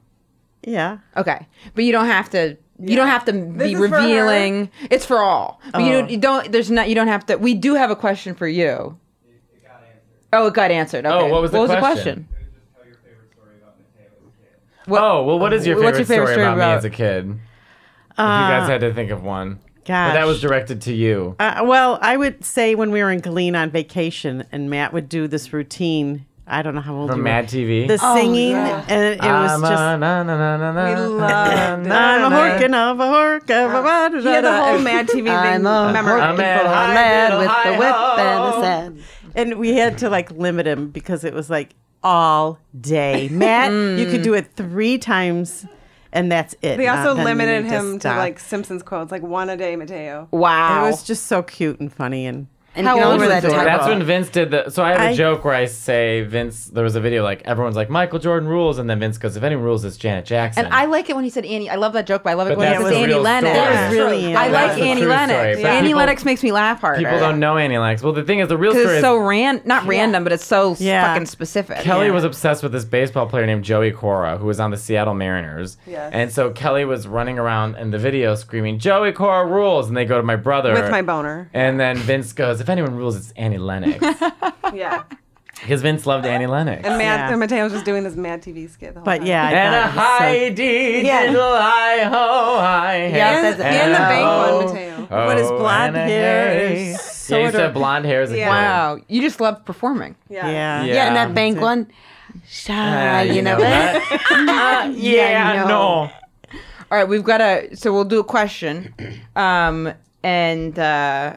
Speaker 6: Yeah.
Speaker 3: Okay, but you don't have to. You don't have to be
Speaker 4: is for her.
Speaker 3: revealing. it's for all. But you, you don't. There's not. You don't have to. We do have a question for you. Oh, it got answered. Okay.
Speaker 2: what was the question? oh well, what is your favorite,
Speaker 3: What's your favorite
Speaker 2: story,
Speaker 3: story
Speaker 2: about, me
Speaker 3: about- Uh,
Speaker 2: as a kid? if you guys had to think of one, but that
Speaker 6: gosh.
Speaker 2: was directed to you.
Speaker 6: Uh, well, I would say when we were in Galena on vacation, and Matt would do this routine. I don't know how old
Speaker 2: From
Speaker 6: you
Speaker 2: Mad
Speaker 6: were.
Speaker 2: TV.
Speaker 6: The singing,
Speaker 4: Oh, yeah.
Speaker 6: and it was
Speaker 2: I'm
Speaker 6: just.
Speaker 2: a Ah, na na na na na.
Speaker 4: We loved it.
Speaker 6: I'm a horkin' of a hork of a da,
Speaker 4: He had the
Speaker 3: Uh,
Speaker 6: da,
Speaker 4: whole
Speaker 6: da.
Speaker 4: Mad TV
Speaker 5: I'm
Speaker 4: thing
Speaker 5: a
Speaker 4: memorized.
Speaker 2: I'm a-
Speaker 5: horking for a
Speaker 2: Hi,
Speaker 5: lad
Speaker 2: diddle,
Speaker 5: with the
Speaker 2: hi,
Speaker 5: whip
Speaker 2: ho.
Speaker 5: and the sad.
Speaker 6: and we had to like limit him because it was like all day. Matt, you could do it three times, and that's it.
Speaker 4: Mm. They also
Speaker 6: Not- then
Speaker 4: limited
Speaker 6: you just
Speaker 4: him to
Speaker 6: stop.
Speaker 4: like Simpsons quotes, like one a day, Mateo.
Speaker 3: Wow.
Speaker 6: It was just so cute and funny, and
Speaker 5: And
Speaker 3: How
Speaker 5: you can
Speaker 3: old
Speaker 5: only
Speaker 3: were
Speaker 5: wear that
Speaker 3: the
Speaker 5: type
Speaker 2: That's
Speaker 5: of-
Speaker 2: when Vince did the. So I have a
Speaker 6: I-
Speaker 2: joke where I say Vince. There was a video like everyone's like Michael Jordan rules, and then Vince goes, "If anyone rules, it's Janet Jackson."
Speaker 3: and I like it when he said Annie. I love that joke, but I love it
Speaker 2: But
Speaker 3: when he
Speaker 2: that
Speaker 3: says
Speaker 2: was a
Speaker 3: Annie
Speaker 2: real
Speaker 3: Lennox.
Speaker 2: story.
Speaker 6: That was really
Speaker 3: I
Speaker 6: Annie
Speaker 3: like
Speaker 6: Lennox.
Speaker 3: Annie
Speaker 2: That's a true
Speaker 3: Lennox.
Speaker 2: story, but
Speaker 3: Annie
Speaker 2: people-
Speaker 3: Lennox makes me laugh harder.
Speaker 2: People don't know Annie Lennox. Well, the thing is, the real
Speaker 3: because
Speaker 2: story
Speaker 3: it's
Speaker 2: is
Speaker 3: so ran not random, but it's so
Speaker 6: Yeah.
Speaker 3: fucking specific.
Speaker 2: Kelly
Speaker 6: Yeah.
Speaker 2: was obsessed with this baseball player named Joey Cora, who was on the Seattle Mariners.
Speaker 4: Yes.
Speaker 2: And so Kelly was running around in the video screaming, Joey Cora rules. And they go to my brother.
Speaker 4: With my boner.
Speaker 2: And then Vince goes, If anyone rules, it's Annie Lennox.
Speaker 4: Yeah.
Speaker 2: Because Vince loved Annie Lennox.
Speaker 4: And Matt
Speaker 6: Yeah.
Speaker 4: and Mateo's just doing this Mad TV skit. The whole
Speaker 6: but
Speaker 4: time.
Speaker 6: yeah, I
Speaker 2: And a
Speaker 6: thought it was so-
Speaker 2: high D,
Speaker 5: Yeah.
Speaker 2: diddle, hi ho, hi.
Speaker 5: Yeah,
Speaker 2: hey.
Speaker 5: that's-
Speaker 2: And
Speaker 5: and the
Speaker 2: a
Speaker 5: bank
Speaker 2: ho,
Speaker 4: one, Mateo.
Speaker 2: ho,
Speaker 6: But his blonde
Speaker 2: and a
Speaker 6: hair
Speaker 2: hey. Yeah, he
Speaker 6: is so
Speaker 2: used to have
Speaker 6: adorable.
Speaker 2: blonde hair as a
Speaker 4: Yeah.
Speaker 2: kid.
Speaker 3: Wow, you just love performing.
Speaker 4: Yeah.
Speaker 6: yeah.
Speaker 2: Yeah.
Speaker 5: Yeah, and that bank one.
Speaker 2: Uh,
Speaker 5: Shy, you know what?
Speaker 2: Uh, yeah,
Speaker 5: no.
Speaker 2: no.
Speaker 3: All right, we've got a so we'll do a question, um, and uh,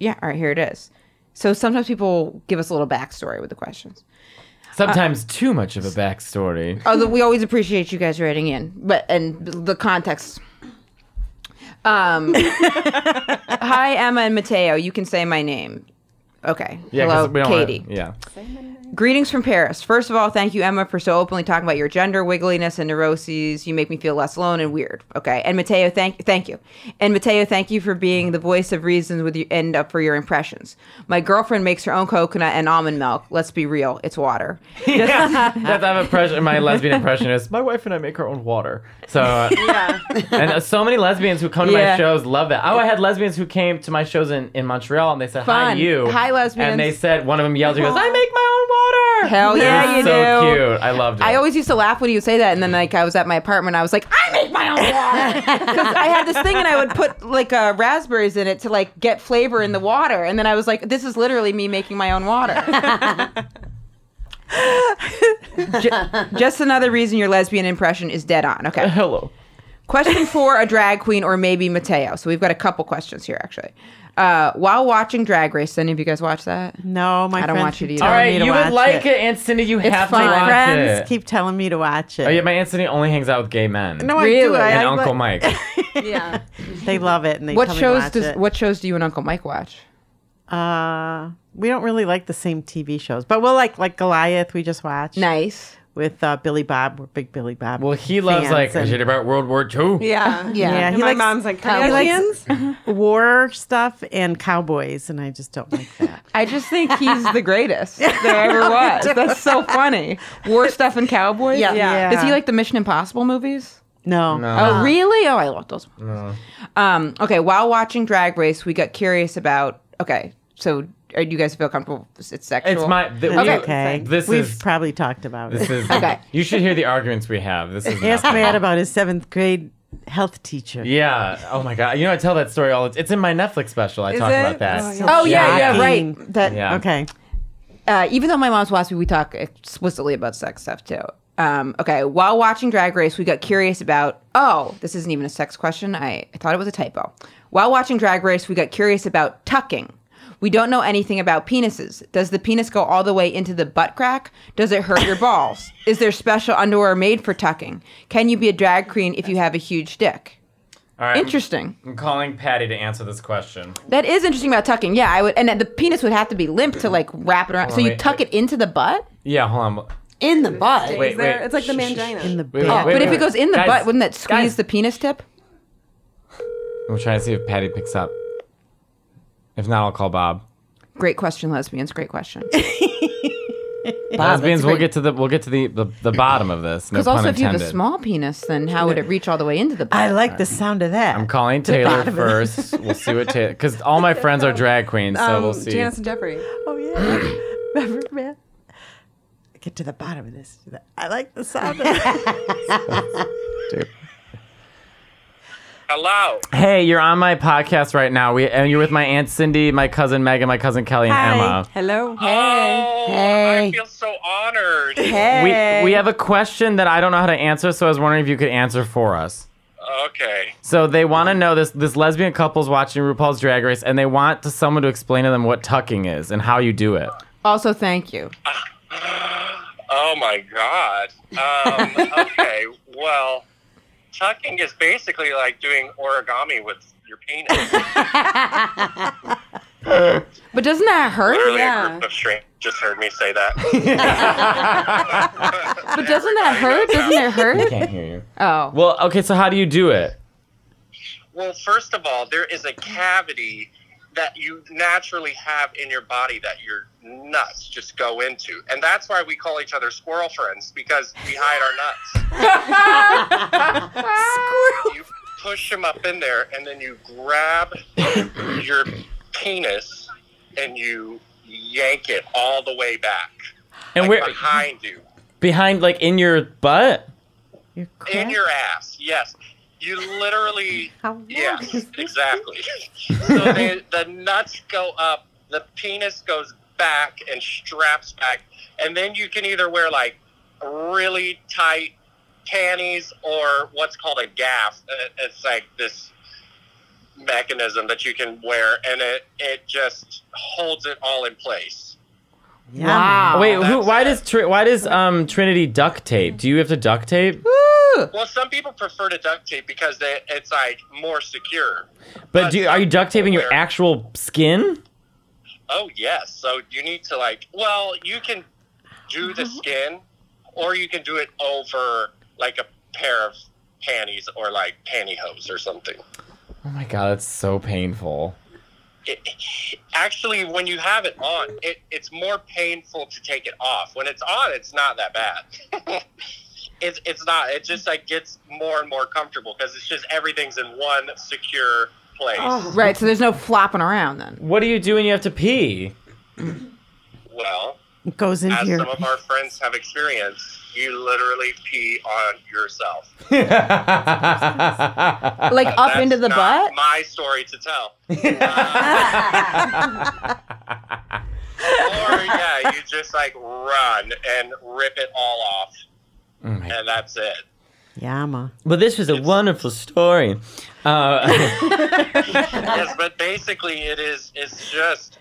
Speaker 3: yeah, all right, here it is. So sometimes people give us a little backstory with the questions.
Speaker 2: Sometimes too much of a backstory.
Speaker 3: Although we always appreciate you guys writing in, but and the context. Um, hi Emma and Mateo. You can say my name. Okay.
Speaker 2: Yeah, 'cause
Speaker 3: Hello,
Speaker 2: we don't wanna-
Speaker 3: Katie.
Speaker 2: yeah.
Speaker 3: Greetings from Paris. First of all, thank you, Emma, for so openly talking about your gender wiggliness and neuroses. You make me feel less alone and weird. Okay. And Mateo, thank thank you. And Mateo, thank you for being the voice of reason with you and up for your impressions. My girlfriend makes her own coconut and almond milk. Let's be real, it's water.
Speaker 2: That's I'm impression. My lesbian impression is my wife and I make our own water. So uh,
Speaker 4: Yeah.
Speaker 2: and uh, so many lesbians who come to
Speaker 3: Yeah.
Speaker 2: my shows love that. Oh, I had lesbians who came to my shows in, in Montreal and they said hi
Speaker 3: Fun.
Speaker 2: you.
Speaker 3: Hi, lesbians.
Speaker 2: And they said one of them yelled. He goes, I make my own water.
Speaker 3: Hell
Speaker 2: It
Speaker 3: yeah,
Speaker 2: was
Speaker 3: you
Speaker 2: so
Speaker 3: do.
Speaker 2: cute. I loved it.
Speaker 3: I always used to laugh when you say that, and then like I was at my apartment, I was like, I make my own water because I had this thing, and I would put like uh, raspberries in it to like get flavor in the water, and then I was like, this is literally me making my own water. Ju- just another reason your lesbian impression is dead on. Okay.
Speaker 2: hello.
Speaker 3: Question for a drag queen or maybe Mateo. So we've got a couple questions here actually. Uh, while watching Drag Race, any of you guys watch that?
Speaker 6: No, my
Speaker 3: I don't
Speaker 6: friends
Speaker 3: watch it
Speaker 6: keep
Speaker 3: either.
Speaker 2: All
Speaker 6: telling
Speaker 2: right,
Speaker 6: me to
Speaker 2: you
Speaker 6: watch
Speaker 2: would like it, Aunt Cindy. You have
Speaker 3: fun.
Speaker 2: to
Speaker 6: My
Speaker 2: watch
Speaker 6: friends
Speaker 2: it.
Speaker 6: keep telling me to watch it.
Speaker 2: oh yeah, my Aunt Cindy only hangs out with gay men.
Speaker 6: No, I do.
Speaker 3: Really?
Speaker 6: I,
Speaker 2: and
Speaker 6: I
Speaker 2: Uncle
Speaker 6: like-
Speaker 2: Mike.
Speaker 4: Yeah.
Speaker 6: They love it, and they
Speaker 3: What
Speaker 6: tell me to
Speaker 3: shows
Speaker 6: watch
Speaker 3: does
Speaker 6: it.
Speaker 3: what shows do you and Uncle Mike watch?
Speaker 6: Uh, we don't really like the same TV shows, but we'll like like Goliath. We just watched
Speaker 3: Nice.
Speaker 6: with uh, Billy Bob. We're big Billy Bob.
Speaker 2: Well, he loves
Speaker 6: fans,
Speaker 2: like
Speaker 6: and
Speaker 2: is it about World War II?
Speaker 4: Yeah.
Speaker 6: Yeah,
Speaker 4: And
Speaker 6: he
Speaker 4: my
Speaker 6: likes-
Speaker 4: mom's like
Speaker 6: he
Speaker 4: Kardashians.
Speaker 6: likes war stuff and cowboys, and I just don't like that.
Speaker 3: I just think he's the greatest there ever was. That's so funny. War stuff and cowboys.
Speaker 5: Yeah.
Speaker 4: Yeah.
Speaker 3: Is he like the Mission Impossible movies?
Speaker 6: No,
Speaker 2: No.
Speaker 3: Oh, really? Oh, I love those. ones. Um, okay, while watching Drag Race, we got curious about. Okay, so are you guys feel comfortable? It's sexual.
Speaker 2: It's my. th- we-
Speaker 3: Okay.
Speaker 6: okay.
Speaker 2: This
Speaker 6: We've
Speaker 2: is.
Speaker 6: probably talked about
Speaker 2: This
Speaker 6: it.
Speaker 2: is.
Speaker 3: Okay.
Speaker 2: You should hear the arguments we have. This is.
Speaker 6: Ask
Speaker 2: nothing.
Speaker 6: Matt about his seventh grade health teacher.
Speaker 2: Yeah. Oh my god. You know I tell that story all. It's in my Netflix special. I talk
Speaker 4: it?
Speaker 2: about that.
Speaker 4: Oh, yeah.
Speaker 3: Oh yeah, yeah,
Speaker 2: Shocking.
Speaker 3: right. That
Speaker 2: Yeah.
Speaker 6: Okay.
Speaker 3: uh, even though my mom's watched me, we talk explicitly about sex stuff too. Um, okay, while watching Drag Race, we got curious about. Oh, this isn't even a sex question. I, I thought it was a typo. While watching Drag Race, we got curious about tucking. We don't know anything about penises. Does the penis go all the way into the butt crack? Does it hurt your balls? Is there special underwear made for tucking? Can you be a drag queen if you have a huge dick?
Speaker 2: All right.
Speaker 3: Interesting.
Speaker 2: I'm calling Patty to answer this question.
Speaker 3: That is interesting about tucking. Yeah, I would, and the penis would have to be limp to like wrap it around. So you
Speaker 2: wait,
Speaker 3: tuck it into the butt.
Speaker 2: Yeah. Hold on.
Speaker 5: in the butt.
Speaker 2: Wait.
Speaker 4: Is there-
Speaker 2: wait.
Speaker 4: It's like the
Speaker 2: Shh, shh,
Speaker 4: mangina.
Speaker 6: In the
Speaker 2: Wait,
Speaker 6: back.
Speaker 2: wait, wait,
Speaker 3: but if
Speaker 2: wait.
Speaker 3: it goes in the
Speaker 2: Guys,
Speaker 3: butt, wouldn't that squeeze
Speaker 2: guys.
Speaker 3: the penis tip?
Speaker 2: We're trying to see if Patty picks up. If not, I'll call Bob.
Speaker 3: Great question, lesbians. Great question.
Speaker 2: Lesbians, we'll get to the we'll get to the the, the bottom of this. No
Speaker 3: Because
Speaker 2: pun
Speaker 3: also, if you have
Speaker 2: intended.
Speaker 3: a small penis, then how would it reach all the way into the butt?
Speaker 6: I like the sound of that.
Speaker 2: I'm calling Taylor first. we'll see what Taylor. Because all my friends are drag queens, so
Speaker 3: Um,
Speaker 2: we'll see.
Speaker 4: Um, Janice and Jeffrey.
Speaker 6: oh yeah. Remember, Matt? Get to the bottom of this. I like the sound of that.
Speaker 1: Hello.
Speaker 2: Hey, you're on my podcast right now. We and you're with my aunt Cindy, my cousin Megan, my cousin Kelly, and
Speaker 6: Hi.
Speaker 2: Emma.
Speaker 4: Hello.
Speaker 1: Oh,
Speaker 5: Hey.
Speaker 1: I feel so honored.
Speaker 2: We we have a question that I don't know how to answer, so I was wondering if you could answer for us.
Speaker 1: Okay.
Speaker 2: So they want to know this this lesbian couple's watching RuPaul's Drag Race, and they want to, someone to explain to them what tucking is and how you do it.
Speaker 3: also, thank you.
Speaker 1: Oh my God. Um, okay. Well, tucking is basically like doing origami with your penis.
Speaker 3: But doesn't that hurt?
Speaker 1: Literally,
Speaker 4: Yeah.
Speaker 1: a group of strangers just heard me say that.
Speaker 3: But doesn't that hurt? Doesn't it hurt?
Speaker 2: Can't hear you.
Speaker 3: Oh,
Speaker 2: Well, okay. So how do you do it?
Speaker 1: Well, first of all, there is a cavity that you naturally have in your body that your nuts just go into. And that's why we call each other squirrel friends because we hide our nuts. squirrel. You push them up in there and then you grab your penis and you yank it all the way back
Speaker 2: And
Speaker 1: like
Speaker 2: where
Speaker 1: behind you
Speaker 2: behind, like in your butt?
Speaker 6: You're
Speaker 1: in your ass. Yes. You literally
Speaker 6: How long
Speaker 1: Yes,
Speaker 6: is this?
Speaker 1: exactly. so they, the nuts go up, the penis goes back and straps back, and then you can either wear like really tight panties or what's called a gaff. Uh, It's like this mechanism that you can wear, and it it just holds it all in place.
Speaker 3: wow.
Speaker 2: Wait, who,
Speaker 1: That's
Speaker 2: why
Speaker 1: it.
Speaker 2: does Tri- why does um Trinity duct tape? Do you have to duct tape?
Speaker 1: Well, some people prefer to duct tape because they, it's like more secure.
Speaker 2: But do you, are you duct taping your
Speaker 1: Where?
Speaker 2: actual skin?
Speaker 1: Oh yes. So you need to like. Well, you can do the skin, or you can do it over like a pair of panties or like pantyhose or something.
Speaker 2: Oh my god, that's so painful.
Speaker 1: It, actually, when you have it on, it, it's more painful to take it off. When it's on, it's not that bad. it's it's not. It just like gets more and more comfortable because it's just everything's in one secure place.
Speaker 3: Right. So there's no flopping around then.
Speaker 2: What do you do when you have to pee?
Speaker 1: Well,
Speaker 6: It goes in
Speaker 1: as
Speaker 6: here.
Speaker 1: some of our friends have experienced, you literally pee on yourself.
Speaker 3: Like up
Speaker 1: That's
Speaker 3: into the
Speaker 1: not
Speaker 3: butt.
Speaker 1: My story to tell. Uh, or yeah, you just like run and rip it all off,
Speaker 2: Oh my-
Speaker 1: and that's it.
Speaker 6: Yama.
Speaker 2: Well, this was a wonderful story. Uh,
Speaker 1: yes, but basically it is it's just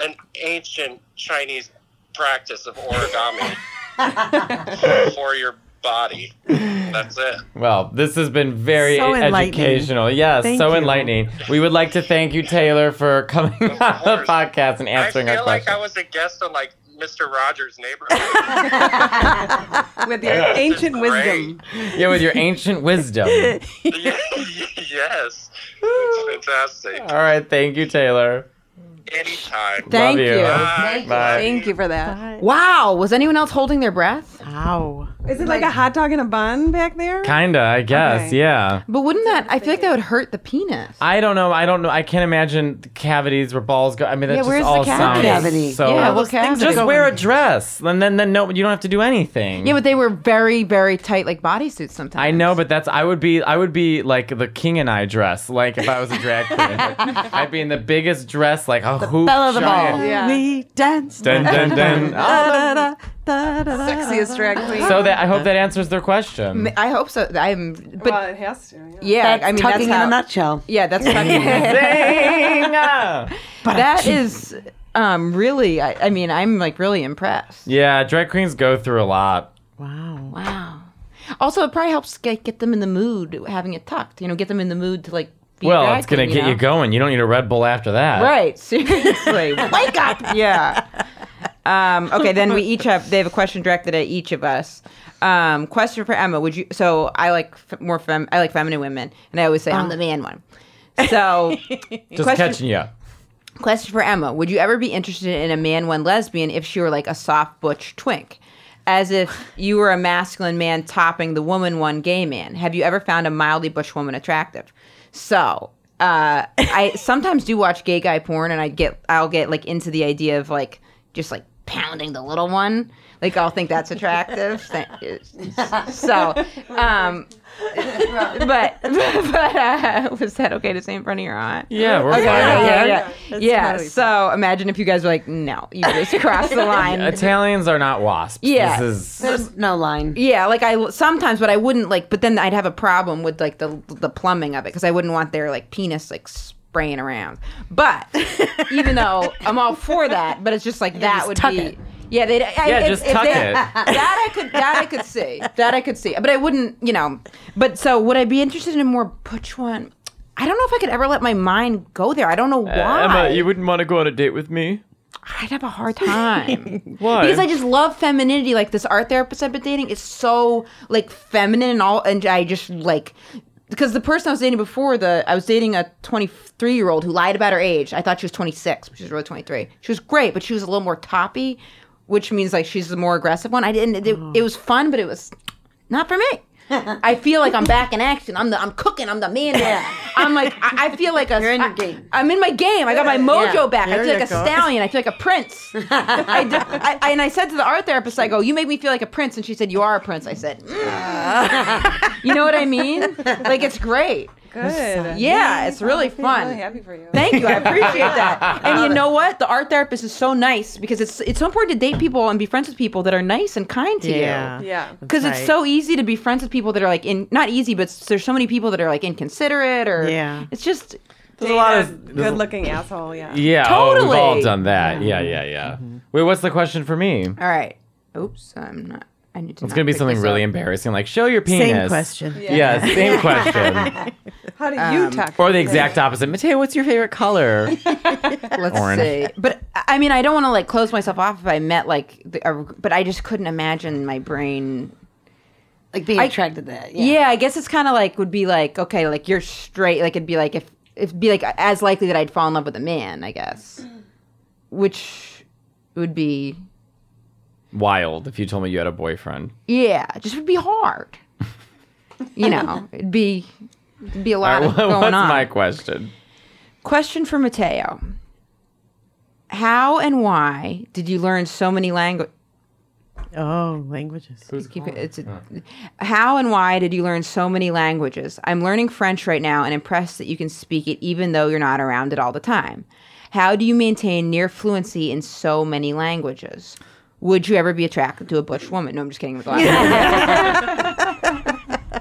Speaker 1: an ancient Chinese practice of origami for your body. That's it.
Speaker 2: Well, this has been very
Speaker 6: So enlightening.
Speaker 2: educational. Yes,
Speaker 6: Thank
Speaker 2: so
Speaker 6: you.
Speaker 2: enlightening. We would like to thank you, Taylor, for coming on the
Speaker 1: course.
Speaker 2: podcast and
Speaker 1: I
Speaker 2: answering our
Speaker 1: feel like
Speaker 2: questions.
Speaker 1: I was a guest on like Mr. Rogers' neighborhood.
Speaker 4: with your ancient wisdom.
Speaker 2: yeah, with your ancient wisdom.
Speaker 1: yes. It's fantastic.
Speaker 2: All right, thank you, Taylor.
Speaker 1: Anytime.
Speaker 3: Thank
Speaker 2: Love you.
Speaker 3: you.
Speaker 1: Bye.
Speaker 2: Bye.
Speaker 3: Thank you for that. Wow. Was anyone else holding their breath?
Speaker 6: Ow.
Speaker 4: Is it like a hot dog in a bun back there?
Speaker 2: Kinda, I guess.
Speaker 4: Okay.
Speaker 2: Yeah.
Speaker 3: But wouldn't that? I feel like that would hurt the penis.
Speaker 2: I don't know. I don't know. I can't imagine cavities where balls go. I mean, that
Speaker 3: Yeah,
Speaker 2: just
Speaker 3: where's the
Speaker 2: all sounds
Speaker 3: cavity?
Speaker 5: Cavity.
Speaker 2: so.
Speaker 3: yeah. Well,
Speaker 6: those things
Speaker 3: cavity.
Speaker 2: just wear a dress, and then then no, you don't have to do anything.
Speaker 3: Yeah, but they were very, very tight, like bodysuits sometimes.
Speaker 2: I know, but that's I would be I would be like the king and I dress, like if I was a drag queen, Like, I'd be in the biggest dress, like a hoop
Speaker 5: belle of them
Speaker 2: giant.
Speaker 5: all.
Speaker 3: Yeah.
Speaker 6: We dance.
Speaker 2: Dun, dun, dun.
Speaker 4: Sexiest drag queen.
Speaker 2: So that I hope that answers their question.
Speaker 3: I hope so. I'm, but
Speaker 4: well, it has to. Yeah.
Speaker 3: yeah,
Speaker 5: That's
Speaker 3: I mean,
Speaker 5: tucking
Speaker 3: that's how,
Speaker 5: in a nutshell.
Speaker 3: Yeah, that's tucking.
Speaker 2: Zing!
Speaker 3: that is um, really. I, I mean, I'm like really impressed.
Speaker 2: yeah, drag queens go through a lot.
Speaker 6: Wow.
Speaker 3: Wow. Also, it probably helps get, get them in the mood having it tucked. You know, get them in the mood to like. Be a
Speaker 2: Well,
Speaker 3: drag
Speaker 2: it's gonna
Speaker 3: queen,
Speaker 2: get you
Speaker 3: know?
Speaker 2: going. You don't need a Red Bull after that.
Speaker 3: Right. Seriously. Wake up. Yeah. Um, okay, then we each have they have a question directed at each of us. Um, question for Emma: Would you? So I like f- more fem. I like feminine women, and I always say
Speaker 2: Ah.
Speaker 3: I'm the man one. So
Speaker 2: Just
Speaker 3: Question-
Speaker 2: catching you up.
Speaker 3: Question for Emma: Would you ever be interested in a man one lesbian if she were like a soft butch twink, as if you were a masculine man topping the woman one gay man? Have you ever found a mildly butch woman attractive? So uh, I sometimes do watch gay guy porn, and I get I'll get like into the idea of like just like pounding the little one. Like I'll think that's attractive. so, um, but but uh, was that okay to say in front of your aunt?
Speaker 2: Yeah, we're
Speaker 3: yeah,
Speaker 2: fine.
Speaker 3: yeah,
Speaker 6: yeah.
Speaker 3: yeah.
Speaker 6: That's
Speaker 3: Yeah,
Speaker 6: totally
Speaker 3: so imagine if you guys were like, no, you just crossed the line.
Speaker 2: Italians are not wasps.
Speaker 3: Yeah.
Speaker 2: This is
Speaker 5: There's no line.
Speaker 3: Yeah, like I sometimes, but I wouldn't like. But then I'd have a problem with like the the plumbing of it because I wouldn't want their like penis like spraying around. But even though I'm all for that, but it's just like that
Speaker 5: just
Speaker 3: would
Speaker 5: tuck
Speaker 3: be.
Speaker 5: it.
Speaker 3: Yeah, they'd, I,
Speaker 2: Yeah,
Speaker 3: if-
Speaker 2: just
Speaker 3: if
Speaker 2: tuck
Speaker 3: they-
Speaker 2: it.
Speaker 3: That I could, that I could see, that I could see. But I wouldn't, you know. But so would I be interested in a more butch one? I don't know if I could ever let my mind go there. I don't know why.
Speaker 2: uh, wouldn't want to go on a date with me.
Speaker 3: I'd have a hard time.
Speaker 2: Why?
Speaker 3: because I just love femininity. Like this art therapist I've been dating is so like feminine and all, and I just like because the person I was dating before the I was dating a 23 year old who lied about her age. I thought she was 26, but she was really 23. She was great, but she was a little more toppy, which means like she's the more aggressive one. I didn't. It,
Speaker 5: Oh.
Speaker 3: it was fun, but it was not for me. I feel like I'm back in action. I'm the I'm cooking. I'm the man. I'm like I, I feel like a.
Speaker 5: You're in your
Speaker 3: I-
Speaker 5: game.
Speaker 3: I'm in my game. I got my mojo
Speaker 5: Yeah.
Speaker 3: back. I
Speaker 6: There
Speaker 3: feel like
Speaker 6: you
Speaker 3: a
Speaker 6: go.
Speaker 3: stallion. I feel like a prince. I, d- I- I- and I said to the art therapist, I go, "You make me feel like a prince," and she said, "You are a prince." I said, "Mm." "You know what I mean? Like it's great.
Speaker 4: Good.
Speaker 3: Yeah, it's really
Speaker 4: I'm really
Speaker 3: fun."
Speaker 4: happy for you.
Speaker 3: Thank you. I appreciate that. And you know what? The art therapist is so nice because it's it's so important to date people and be friends with people that are nice and kind to you
Speaker 6: Yeah.
Speaker 4: Yeah.
Speaker 3: because
Speaker 6: Right.
Speaker 3: it's so easy to be friends with people that are like in not easy, but s- there's so many people that are like inconsiderate or
Speaker 6: Yeah.
Speaker 3: It's just
Speaker 2: There's a lot of there's
Speaker 4: Good looking asshole. Yeah.
Speaker 2: Yeah, oh, we've all
Speaker 3: Totally. Mm-hmm.
Speaker 2: done that. Yeah, yeah, yeah. Wait, what's the question for me? It's
Speaker 3: all right. Oops, I'm not. I need to. It's
Speaker 2: gonna be something really embarrassing, like show your penis.
Speaker 6: Same question.
Speaker 2: Yeah, same question.
Speaker 4: How do you talk?
Speaker 2: or the exact opposite. Mateo, what's your favorite color?
Speaker 3: Let's
Speaker 2: Orange.
Speaker 3: see. But I I mean, I don't want to like close myself off if I met like, the, a, but I just couldn't imagine my brain.
Speaker 5: Like being
Speaker 3: I-
Speaker 5: attracted to that.
Speaker 3: Yeah, I guess it's kind of like would be like okay, like you're straight. Like it'd be like if it'd be like as likely that I'd fall in love with a man, I guess, which would be
Speaker 2: Wild. If you told me you had a boyfriend.
Speaker 3: Yeah, it just would be hard. you know, it'd be it'd be a lot
Speaker 2: All
Speaker 3: of
Speaker 2: right,
Speaker 3: going
Speaker 2: what's
Speaker 3: on.
Speaker 2: my question?
Speaker 3: Question for Mateo: How and why did you learn so many language?
Speaker 6: Oh, languages.
Speaker 3: Keep it, it's a, How and why did you learn so many languages? I'm learning French right now and impressed that you can speak it even though you're not around it all the time. How do you maintain near fluency in so many languages? Would you ever be attracted to a butch woman? No, I'm just kidding. We're glad.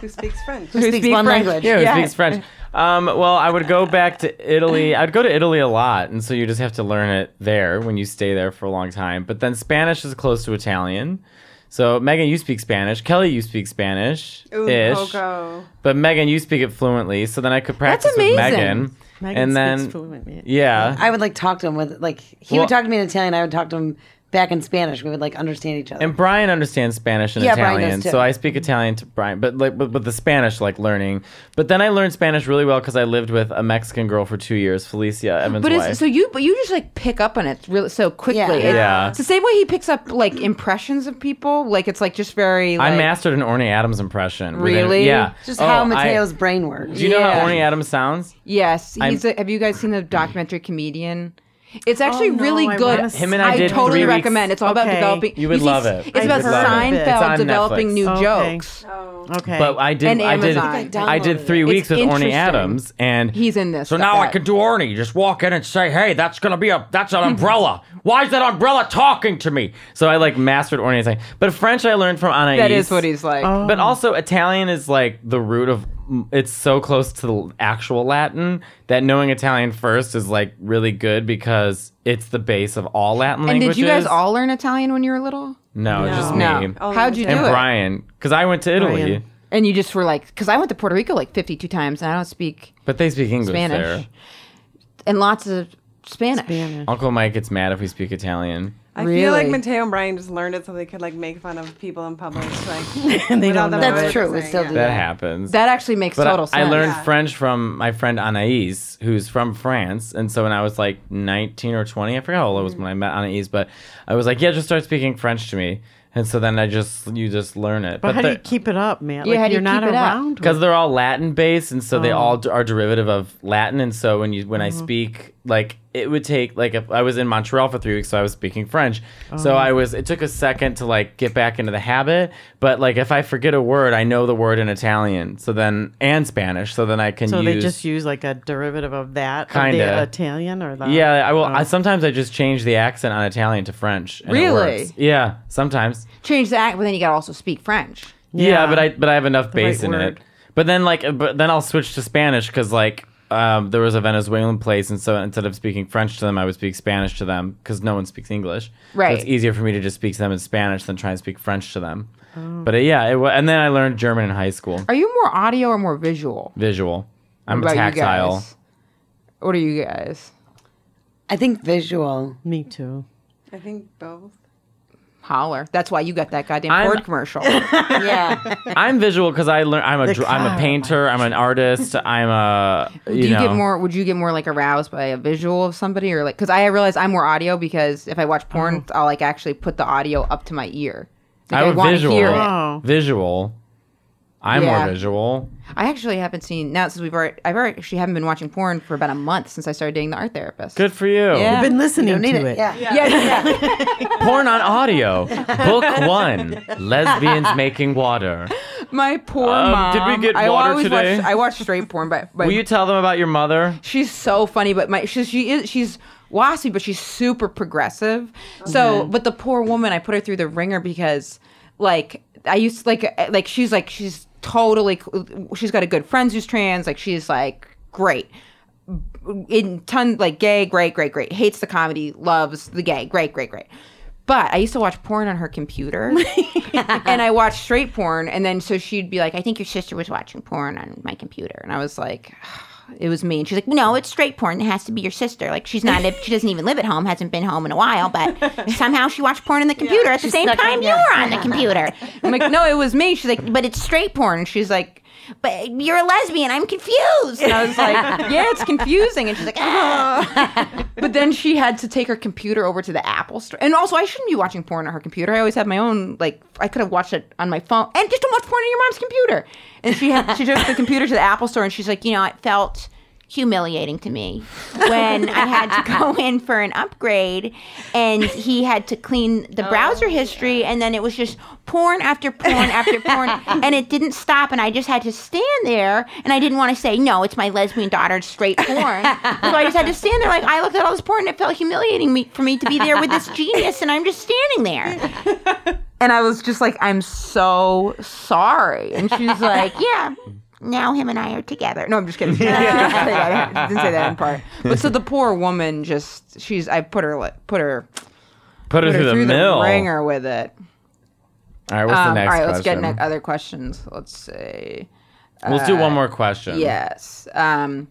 Speaker 4: who speaks French.
Speaker 5: Who speaks
Speaker 3: speak
Speaker 5: one
Speaker 3: French.
Speaker 5: language?
Speaker 2: Yeah, who
Speaker 3: Yeah.
Speaker 2: speaks French. Um, well, I would go back to Italy. I'd go to Italy a lot, and so you just have to learn it there when you stay there for a long time. But then Spanish is close to Italian. So Megan, you speak Spanish. Kelly, you speak Spanish
Speaker 4: Ooh,
Speaker 2: ish.
Speaker 4: Coco.
Speaker 2: But Megan, you speak it fluently. So then I could practice with
Speaker 3: amazing.
Speaker 2: Megan.
Speaker 6: Megan
Speaker 2: and then
Speaker 6: speaks fluently.
Speaker 2: yeah,
Speaker 5: I would like talk to him with like he
Speaker 2: Well-
Speaker 5: would talk to me in Italian. I would talk to him back in Spanish. We would like understand each other.
Speaker 2: And Brian understands Spanish and
Speaker 5: Yeah, Brian
Speaker 2: Italian,
Speaker 5: does too.
Speaker 2: so I speak Italian to Brian. But like, but, but the Spanish, like learning. But then I learned Spanish really well because I lived with a Mexican girl for two years, Felicia Evans'
Speaker 3: But
Speaker 2: wife.
Speaker 3: it's, so you, but you just like pick up on it really so quickly.
Speaker 5: Yeah.
Speaker 3: It-
Speaker 2: Yeah.
Speaker 3: It's the same way he picks up like impressions of people. Like it's like just very. Like,
Speaker 2: I mastered an Orny Adams impression. within-
Speaker 3: Really?
Speaker 2: yeah.
Speaker 5: Just
Speaker 2: Oh,
Speaker 5: how
Speaker 2: I-
Speaker 5: Mateo's brain works.
Speaker 2: do you know
Speaker 3: Yeah.
Speaker 2: how Orny Adams sounds?
Speaker 3: Yes,
Speaker 2: I'm-
Speaker 3: he's. A, have you guys seen the documentary comedian? It's actually
Speaker 6: Oh, no,
Speaker 3: really
Speaker 6: I
Speaker 3: good.
Speaker 6: wanna see Him
Speaker 2: and I
Speaker 3: I
Speaker 2: did
Speaker 3: totally
Speaker 2: three weeks-
Speaker 3: recommend. It's all about
Speaker 6: Okay.
Speaker 3: developing.
Speaker 2: You would
Speaker 3: see,
Speaker 2: love it.
Speaker 3: It's
Speaker 6: I
Speaker 3: about
Speaker 6: would love it. It's
Speaker 3: Seinfeld
Speaker 2: on
Speaker 3: developing
Speaker 2: Netflix.
Speaker 3: new
Speaker 6: Okay.
Speaker 3: jokes.
Speaker 4: Oh.
Speaker 6: Okay.
Speaker 2: But I did.
Speaker 3: And
Speaker 2: I did.
Speaker 3: Amazon.
Speaker 2: I did three
Speaker 3: It's
Speaker 2: weeks with Orny
Speaker 3: interesting.
Speaker 2: Adams, and
Speaker 3: He's in this.
Speaker 2: So
Speaker 3: stuff
Speaker 2: now I
Speaker 3: that-
Speaker 2: could do Orny. Just walk in and say, "Hey, that's gonna be a that's an umbrella. Why is that umbrella talking to me?" So I like mastered Orny's thing. But French I learned from Anais.
Speaker 3: That is what he's like.
Speaker 6: Oh.
Speaker 2: But also Italian is like the root of. It's so close to the actual Latin that knowing Italian first is like really good because it's the base of all Latin
Speaker 3: and
Speaker 2: languages.
Speaker 3: did you guys all learn Italian when you were little?
Speaker 2: No, it's just me.
Speaker 3: No. How'd you do
Speaker 2: And
Speaker 3: it?
Speaker 2: Brian, because I went to Italy,
Speaker 6: Brian.
Speaker 3: And you just were like, because I went to Puerto Rico like 52 times, and I don't speak
Speaker 2: but they speak English
Speaker 3: Spanish.
Speaker 2: there.
Speaker 3: and lots of Spanish.
Speaker 2: Uncle Mike gets mad if we speak Italian.
Speaker 4: I feel like
Speaker 3: Really?
Speaker 4: Mateo and Brian just learned it so they could like make fun of people in public. Like,
Speaker 6: and they don't
Speaker 4: without
Speaker 6: know.
Speaker 4: them
Speaker 5: That's
Speaker 4: really
Speaker 5: true, we
Speaker 4: saying
Speaker 5: still
Speaker 4: it.
Speaker 5: do
Speaker 2: That happens.
Speaker 3: That actually makes
Speaker 2: But
Speaker 3: total
Speaker 2: I, I
Speaker 3: sense.
Speaker 2: learned French from my friend Anaïs, who's from France. And so when I was like 19 or 20, I forgot how old I was when I met Anaïs, but I was like, yeah, just start speaking French to me. And so then I just, you just learn it.
Speaker 6: But how do you
Speaker 2: the-
Speaker 6: keep it up, man?
Speaker 3: Yeah,
Speaker 6: Like,
Speaker 3: how do you
Speaker 6: you're not
Speaker 3: keep it up?
Speaker 6: around.
Speaker 2: because they're all Latin based, and so they all
Speaker 6: Oh.
Speaker 2: d- are derivative of Latin. And so when you when
Speaker 6: Mm-hmm.
Speaker 2: I speak, like it would take like if I was in Montreal for three weeks, so I was speaking French.
Speaker 6: Oh.
Speaker 2: So I was it took a second to like get back into the habit. But like if I forget a word, I know the word in Italian. So then and Spanish. So then I can
Speaker 6: so
Speaker 2: use.
Speaker 6: they just use like a derivative of that, of
Speaker 2: Kinda.
Speaker 6: the Italian or the
Speaker 2: yeah, I will.
Speaker 6: Oh.
Speaker 2: I, sometimes I just change the accent on Italian to French. And it
Speaker 3: Really?
Speaker 2: works. Yeah, sometimes.
Speaker 3: Change the act, but then you got to also speak French.
Speaker 2: Yeah, but I but I have enough
Speaker 6: right
Speaker 2: bass in
Speaker 6: word.
Speaker 2: it. But then like but then I'll switch to Spanish because like um, there was a Venezuelan place, and so instead of speaking French to them, I would speak Spanish to them because no one speaks English. So
Speaker 3: Right.
Speaker 2: it's easier for me to just speak to them in Spanish than try and speak French to them.
Speaker 3: Oh.
Speaker 2: But uh, yeah, it, wa- and then I learned German in high school.
Speaker 3: Are you more audio or more visual?
Speaker 2: Visual. I'm
Speaker 3: What
Speaker 2: a
Speaker 3: about you
Speaker 2: tactile.
Speaker 3: guys? What are you guys?
Speaker 5: I think visual.
Speaker 6: me too.
Speaker 4: I think both.
Speaker 3: Holler. That's why you got that goddamn
Speaker 2: I'm-
Speaker 3: Ford commercial.
Speaker 5: Yeah.
Speaker 2: I'm visual because I learn. I'm a dr- I'm a painter. I'm an artist. I'm a. You
Speaker 3: Do you
Speaker 2: know.
Speaker 3: get more? Would you get more like aroused by a visual of somebody, or like? Because I realize I'm more audio because if I watch
Speaker 2: Oh.
Speaker 3: porn, I'll like actually put the audio up to my ear. Like,
Speaker 2: I'm a
Speaker 3: wanna
Speaker 2: visual.
Speaker 3: hear it.
Speaker 6: Oh.
Speaker 2: Visual. I'm
Speaker 3: Yeah.
Speaker 2: more visual.
Speaker 3: I actually haven't seen now since we've already. I've already actually haven't been watching porn for about a month since I started dating the art therapist.
Speaker 2: Good for you.
Speaker 3: Yeah.
Speaker 6: I've been listening to it.
Speaker 5: Yeah.
Speaker 3: Yeah, yeah, yeah.
Speaker 2: Porn on audio, book one: lesbians making water.
Speaker 3: my poor
Speaker 2: Um,
Speaker 3: mom.
Speaker 2: did we get
Speaker 3: I
Speaker 2: water
Speaker 3: always
Speaker 2: today?
Speaker 3: Watch, I watch straight porn, but, but
Speaker 2: Will you tell them about your mother?
Speaker 3: she's so funny but my she's she is she's waspy but she's super progressive so but the poor woman i put her through the ringer because like i used to like uh, like she's like she's totally she's got a good friends who's trans like she's like great in ton like gay great great great hates the comedy loves the gay great great great but I used to watch porn on her computer, and I watched straight porn. And then so she'd be like, "I think your sister was watching porn on my computer," and I was like, "It was me." And she's like, "No, it's straight porn. It has to be your sister. Like she's not. she doesn't even live at home. Hasn't been home in a while. But somehow she watched porn on the computer at the same
Speaker 5: snuck it
Speaker 3: time
Speaker 5: in,
Speaker 3: you
Speaker 5: yeah.
Speaker 3: were on the computer." I'm like, "No, it was me." She's like, "But it's straight porn." And she's like. But you're a lesbian. I'm confused. And I was like, "Yeah, it's confusing." And she's like, "Ah." But then she had to take her computer over to the Apple store. And also, I shouldn't be watching porn on her computer. I always have my own, like, I could have watched it on my phone. And just don't watch porn on your mom's computer. And she had, she took the computer to the Apple store and she's like, you know, it felt humiliating to me when I had to go in for an upgrade and he had to clean the browser history and then it was just porn after porn after porn and it didn't stop and I just had to stand there and I didn't want to say no it's my lesbian daughter's straight porn so I just had to stand there like I looked at all this porn and it felt humiliating me for me to be there with this genius and I'm just standing there And I was just like, I'm so sorry. And she's like, Yeah, now him and I are together. No, I'm just kidding. I didn't say that in part. But so the poor woman just, she's, I put her, li- put her,
Speaker 2: Put her
Speaker 3: put her
Speaker 2: through the
Speaker 3: through
Speaker 2: mill.
Speaker 3: the ringer with it.
Speaker 2: All right, what's
Speaker 3: Um,
Speaker 2: the next
Speaker 3: all right,
Speaker 2: question?
Speaker 3: let's get ne- other questions. Let's see.
Speaker 2: Let's do
Speaker 3: uh,
Speaker 2: one more question.
Speaker 3: Yes. Um,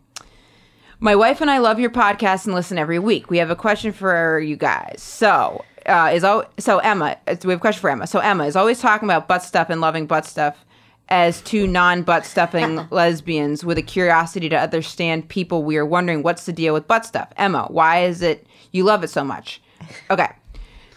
Speaker 3: my wife and I love your podcast and listen every week. We have a question for you guys. So uh, is al- so Emma. it's- We have a question for Emma. So Emma is always talking about butt stuff and loving butt stuff as two non-butt stuffing lesbians with a curiosity to understand people. We are wondering what's the deal with butt stuff. Emma, why is it you love it so much? Okay.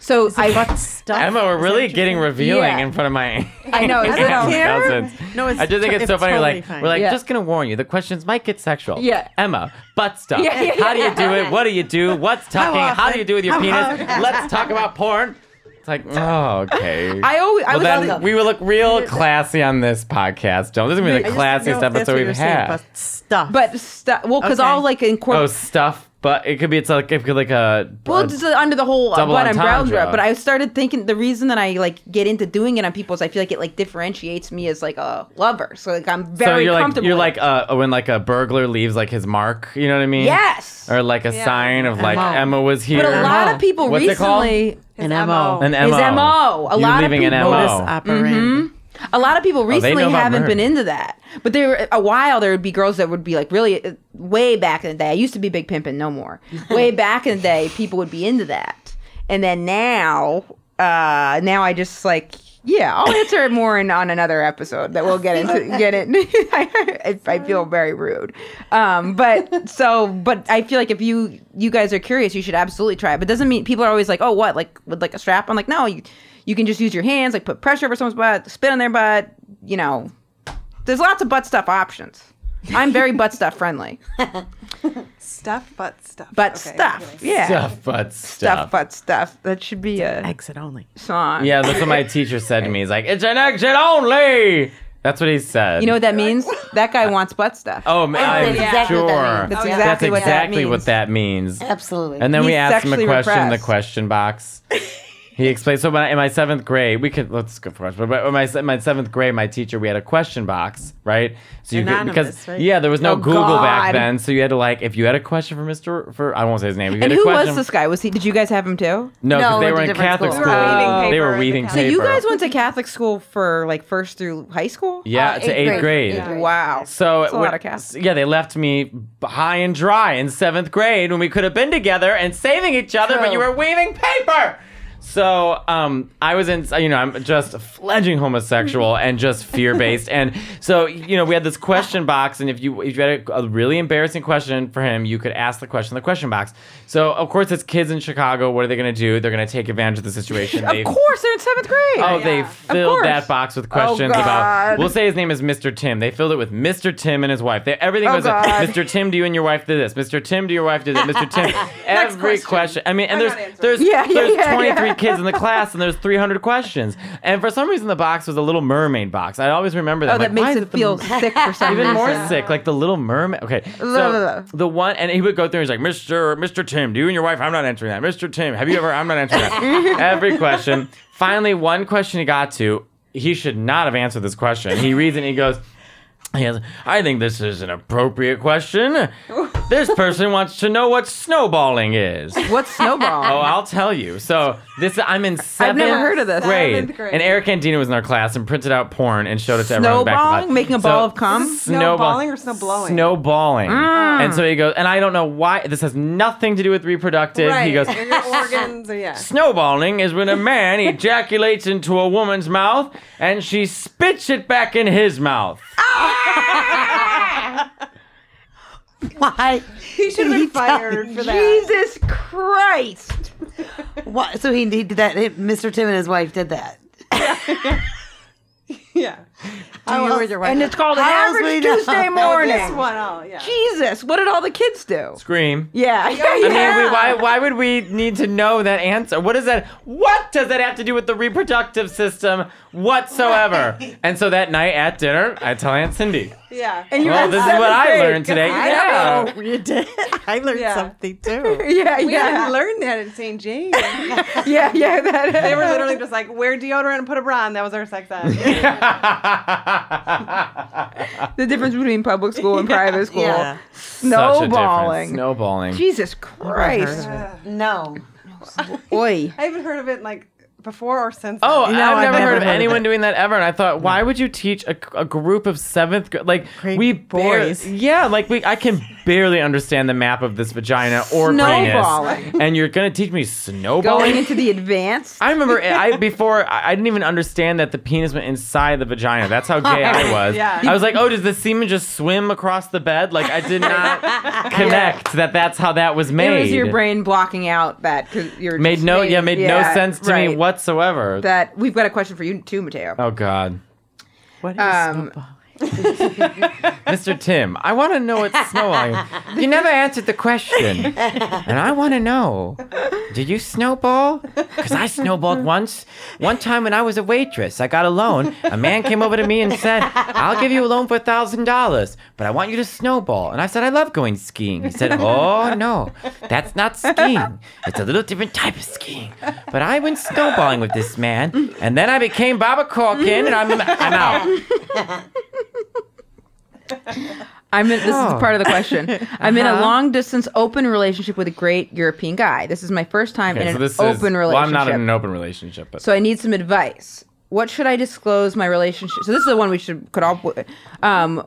Speaker 3: So I
Speaker 6: stuff.
Speaker 2: Emma, we're really getting revealing
Speaker 3: Yeah.
Speaker 2: in front of my.
Speaker 3: I know, is it
Speaker 2: Emma
Speaker 6: Oh, care?
Speaker 2: Cousins.
Speaker 6: No, it's
Speaker 2: I just think
Speaker 6: to-
Speaker 2: it's, so
Speaker 6: it's
Speaker 2: funny.
Speaker 6: totally
Speaker 2: like
Speaker 6: fine.
Speaker 2: we're like
Speaker 3: Yeah.
Speaker 2: just gonna warn you. The questions might get sexual.
Speaker 3: Yeah.
Speaker 2: Emma, butt stuff.
Speaker 3: Yeah, yeah,
Speaker 2: How do you
Speaker 3: yeah.
Speaker 2: do it? What do you do? What's tucking? How, do
Speaker 6: often?
Speaker 2: you do with your
Speaker 6: How
Speaker 2: penis?
Speaker 6: often?
Speaker 2: Let's talk about porn. It's like oh okay.
Speaker 3: I always I
Speaker 2: well,
Speaker 3: was
Speaker 2: then
Speaker 3: always-
Speaker 2: we will look real classy on this podcast, Joan. This is gonna be the classiest episode we've had.
Speaker 6: But stuff.
Speaker 3: but stuff. Well, because
Speaker 6: Okay.
Speaker 3: all like incorporate.
Speaker 2: oh stuff, but it could be it's like it could be like a
Speaker 3: Well, just under the whole uh,
Speaker 2: double
Speaker 3: what
Speaker 2: entendre.
Speaker 3: umbrella, but I started thinking the reason that I like get into doing it on people is I feel like it like differentiates me as like a lover. So like I'm
Speaker 2: so
Speaker 3: very
Speaker 2: you're like
Speaker 3: comfortable.
Speaker 2: you're
Speaker 3: with
Speaker 2: like
Speaker 3: it.
Speaker 2: uh, when like a burglar leaves like his mark. You know what I mean?
Speaker 3: yes.
Speaker 2: Or like a sign of like Emma, was here.
Speaker 3: but a lot
Speaker 6: MO.
Speaker 3: of people
Speaker 2: What's it called?
Speaker 3: recently
Speaker 6: an MO.
Speaker 2: an
Speaker 3: is
Speaker 2: MO.
Speaker 3: MO. A
Speaker 2: You're
Speaker 3: lot of
Speaker 2: leaving an
Speaker 3: people-
Speaker 2: MO.
Speaker 6: Modus operandi.
Speaker 3: a lot of people
Speaker 2: Oh, they know
Speaker 3: recently
Speaker 2: about
Speaker 3: haven't
Speaker 2: murder.
Speaker 3: been into that. But there were a while there would be girls that would be like really uh, way back in the day. I used to be big pimping, no more. way back in the day, people would be into that. And then now, uh, now I just like yeah, I'll answer it more in, on another episode that we'll get into. Get it? I, I feel very rude, um, but so, but I feel like if you you guys are curious, you should absolutely try it. But it doesn't mean people are always like, oh, what, like with like a strap? I'm like, no, you you can just use your hands, like put pressure over someone's butt, spit on their butt. You know, there's lots of butt stuff options. I'm very butt stuff friendly,
Speaker 4: Stuff, but stuff.
Speaker 3: but
Speaker 4: Okay,
Speaker 3: stuff,
Speaker 4: okay.
Speaker 3: yeah,
Speaker 2: Stuff, but stuff.
Speaker 3: stuff, but stuff. That should be a
Speaker 6: Exit only.
Speaker 3: song.
Speaker 2: Yeah, that's what my teacher said to me. He's like, "It's an exit only." That's what he said.
Speaker 3: You know what that means? That guy wants butt stuff.
Speaker 2: Oh, ma- I'm
Speaker 5: that's exactly
Speaker 2: sure.
Speaker 5: what that
Speaker 6: Oh,
Speaker 5: means. That's
Speaker 2: That's
Speaker 3: exactly what that
Speaker 2: exactly what that means.
Speaker 5: Absolutely.
Speaker 2: And then we
Speaker 3: He's
Speaker 2: asked him a
Speaker 3: sexually
Speaker 2: question in the
Speaker 3: repressed.
Speaker 2: question box. He explained. So when I, in my seventh grade, we could let's go for question. But in my, se- my seventh grade, my teacher, we had a question box, right? So you could because
Speaker 6: Anonymous, right?
Speaker 2: yeah, there was no
Speaker 3: Oh,
Speaker 2: Google back
Speaker 3: God.
Speaker 2: then, so you had to like if you had a question for Mister for I won't say his name. If you
Speaker 3: And
Speaker 2: had a
Speaker 3: who
Speaker 2: question,
Speaker 3: was this guy? Was he? Did you guys have him too?
Speaker 2: No, because
Speaker 5: No,
Speaker 2: they
Speaker 5: at
Speaker 2: were
Speaker 5: a
Speaker 2: in
Speaker 5: different
Speaker 2: Catholic
Speaker 5: school.
Speaker 2: school.
Speaker 5: We were
Speaker 4: weaving
Speaker 2: they
Speaker 4: paper
Speaker 2: were
Speaker 4: in
Speaker 2: weaving
Speaker 4: the
Speaker 2: paper.
Speaker 4: Catholic-
Speaker 3: So you guys went to Catholic school for like first through high school? Oh,
Speaker 2: yeah, to eighth grade.
Speaker 3: Wow.
Speaker 2: So
Speaker 3: That's a
Speaker 2: when-
Speaker 3: lot of Catholic.
Speaker 2: yeah, they left me high and dry in seventh grade when we could have been together and saving each other, but you were weaving paper. So um, I was in, you know, I'm just a fledging homosexual and just fear based, and so you know we had this question box, and if you if you had a, a really embarrassing question for him, you could ask the question in the question box. So of course, it's kids in Chicago. What are they going to do? They're going to take advantage of the situation. They-
Speaker 3: Of course, they're in seventh grade.
Speaker 2: Oh, they filled
Speaker 3: course. Oh,
Speaker 2: that box with questions about.
Speaker 3: God.
Speaker 2: We'll say his name is Mr. Tim. They filled it with Mr. Tim and his wife. They, everything was uh,
Speaker 3: Oh, God.
Speaker 2: Mr. Tim. Do you and your wife do this? Mr. Tim, do your wife do that? Mr. Tim. Every question.
Speaker 4: question.
Speaker 2: I mean, and
Speaker 4: I'm not
Speaker 2: there's
Speaker 4: answering.
Speaker 2: there's
Speaker 3: Yeah, yeah,
Speaker 2: there's
Speaker 3: yeah,
Speaker 2: 23
Speaker 3: yeah.
Speaker 2: kids in the class, and there's 300 questions. And for some reason, the box was a Little Mermaid box. I always remember that.
Speaker 3: Oh,
Speaker 2: I'm
Speaker 3: that
Speaker 2: like, why
Speaker 3: makes
Speaker 2: is
Speaker 3: it feel sick for some
Speaker 2: even
Speaker 3: reason.
Speaker 2: more sick, like the Little Mermaid. Okay,
Speaker 3: Blah, blah,
Speaker 2: so
Speaker 3: blah.
Speaker 2: the one, and he would go through. and He's like, Mister, Mister Tim, do you and your wife? I'm not answering that. Mister Tim, have you ever? I'm not answering that. Every question. Finally, one question he got to. He should not have answered this question. He reads it and he goes. He goes, I think this is an appropriate question. This person wants to know what snowballing is.
Speaker 3: What's
Speaker 2: Oh,
Speaker 3: snowball?
Speaker 2: I'll tell you. So this I'm in
Speaker 3: I've
Speaker 2: seventh
Speaker 3: never heard of this.
Speaker 2: grade,
Speaker 4: Seventh grade.
Speaker 2: and Eric Andina was in our class and printed out porn and showed it to everyone. Back to
Speaker 3: Snowballing?
Speaker 2: class.
Speaker 3: Making a
Speaker 2: So-
Speaker 3: ball of cum?
Speaker 4: Snowballing or snow blowing?
Speaker 2: Snowballing.
Speaker 3: Ah.
Speaker 2: And so he goes, and I don't know why this has nothing to do with reproductive.
Speaker 4: Right.
Speaker 2: He goes,
Speaker 4: Your organs, or yeah.
Speaker 2: snowballing is when a man ejaculates into a woman's mouth and she spits it back in his mouth.
Speaker 5: Why?
Speaker 4: He should have been fired for that.
Speaker 3: Jesus Christ.
Speaker 5: Why? So he, he did that. Mr. Tim and his wife did that.
Speaker 4: yeah.
Speaker 5: How else-
Speaker 3: And it's called an
Speaker 5: How else would
Speaker 3: average
Speaker 5: you know?
Speaker 3: Tuesday
Speaker 4: This
Speaker 3: morning.
Speaker 4: one, oh yeah.
Speaker 3: Jesus, what did all the kids do?
Speaker 2: Scream.
Speaker 3: Yeah,
Speaker 2: I mean, we, why why would we need to know that answer? What is that? What does that have to do with the reproductive system whatsoever? and so that night at dinner, I tell Aunt Cindy,
Speaker 4: Yeah.
Speaker 3: and you
Speaker 2: "Well,
Speaker 3: had
Speaker 2: this is what
Speaker 3: seventh
Speaker 2: I
Speaker 3: grade.
Speaker 2: learned today." Yeah.
Speaker 6: Oh, you did. I learned
Speaker 4: Yeah.
Speaker 6: something too.
Speaker 3: Yeah,
Speaker 4: We didn't
Speaker 3: yeah,
Speaker 4: learn that at St. James.
Speaker 3: yeah, yeah. That
Speaker 4: they were literally just like, wear deodorant and put a bra on. That was our sex ed.
Speaker 3: the difference between public school and private school.
Speaker 6: Yeah.
Speaker 3: Snowballing.
Speaker 2: Snowballing.
Speaker 3: Jesus Christ.
Speaker 5: No.
Speaker 3: Oi.
Speaker 4: I haven't heard of it like before or since.
Speaker 2: Oh, I've,
Speaker 6: No, I've
Speaker 2: never
Speaker 6: never
Speaker 2: heard of
Speaker 6: heard of
Speaker 2: anyone
Speaker 6: it.
Speaker 2: doing that ever. And I thought, why would you teach a, a group of seventh grade? Like
Speaker 6: Great
Speaker 2: we bar-
Speaker 6: boys.
Speaker 2: yeah, like we. I can barely understand the map of this vagina or penis,
Speaker 3: Snowballing.
Speaker 2: and you're gonna teach me snowballing.
Speaker 3: Going into the advanced.
Speaker 2: I remember it- I before I I didn't even understand that the penis went inside the vagina. That's how gay I was.
Speaker 4: Yeah.
Speaker 2: I was like, oh, does the semen just swim across the bed? Like I did not connect that that's how that was made.
Speaker 3: It was your brain blocking out that because you're
Speaker 2: made
Speaker 3: just
Speaker 2: no yeah made no
Speaker 3: yeah,
Speaker 2: sense to me
Speaker 3: right.
Speaker 2: whatsoever.
Speaker 3: That we've got a question for you too, Mateo.
Speaker 2: oh God.
Speaker 6: What is
Speaker 3: Um,
Speaker 6: snowball?
Speaker 2: Mr. Tim, I want to know what's snowballing. You never answered the question. And I want to know did you snowball? Because I snowballed once. One time when I was a waitress, I got a loan. A man came over to me and said, I'll give you a loan for $1,000, but I want you to snowball. And I said, I love going skiing. He said, Oh, no, that's not skiing. It's a little different type of skiing. But I went snowballing with this man, and then I became Baba Corkin, and I'm, I'm out.
Speaker 3: I'm in, this
Speaker 2: Oh.
Speaker 3: is part of the question. I'm in a long distance open relationship with a great European guy. This is my first time in an open relationship.
Speaker 2: open relationship, but
Speaker 3: So I need some advice. What should I disclose my relationship? So this is the one we should could all. Um,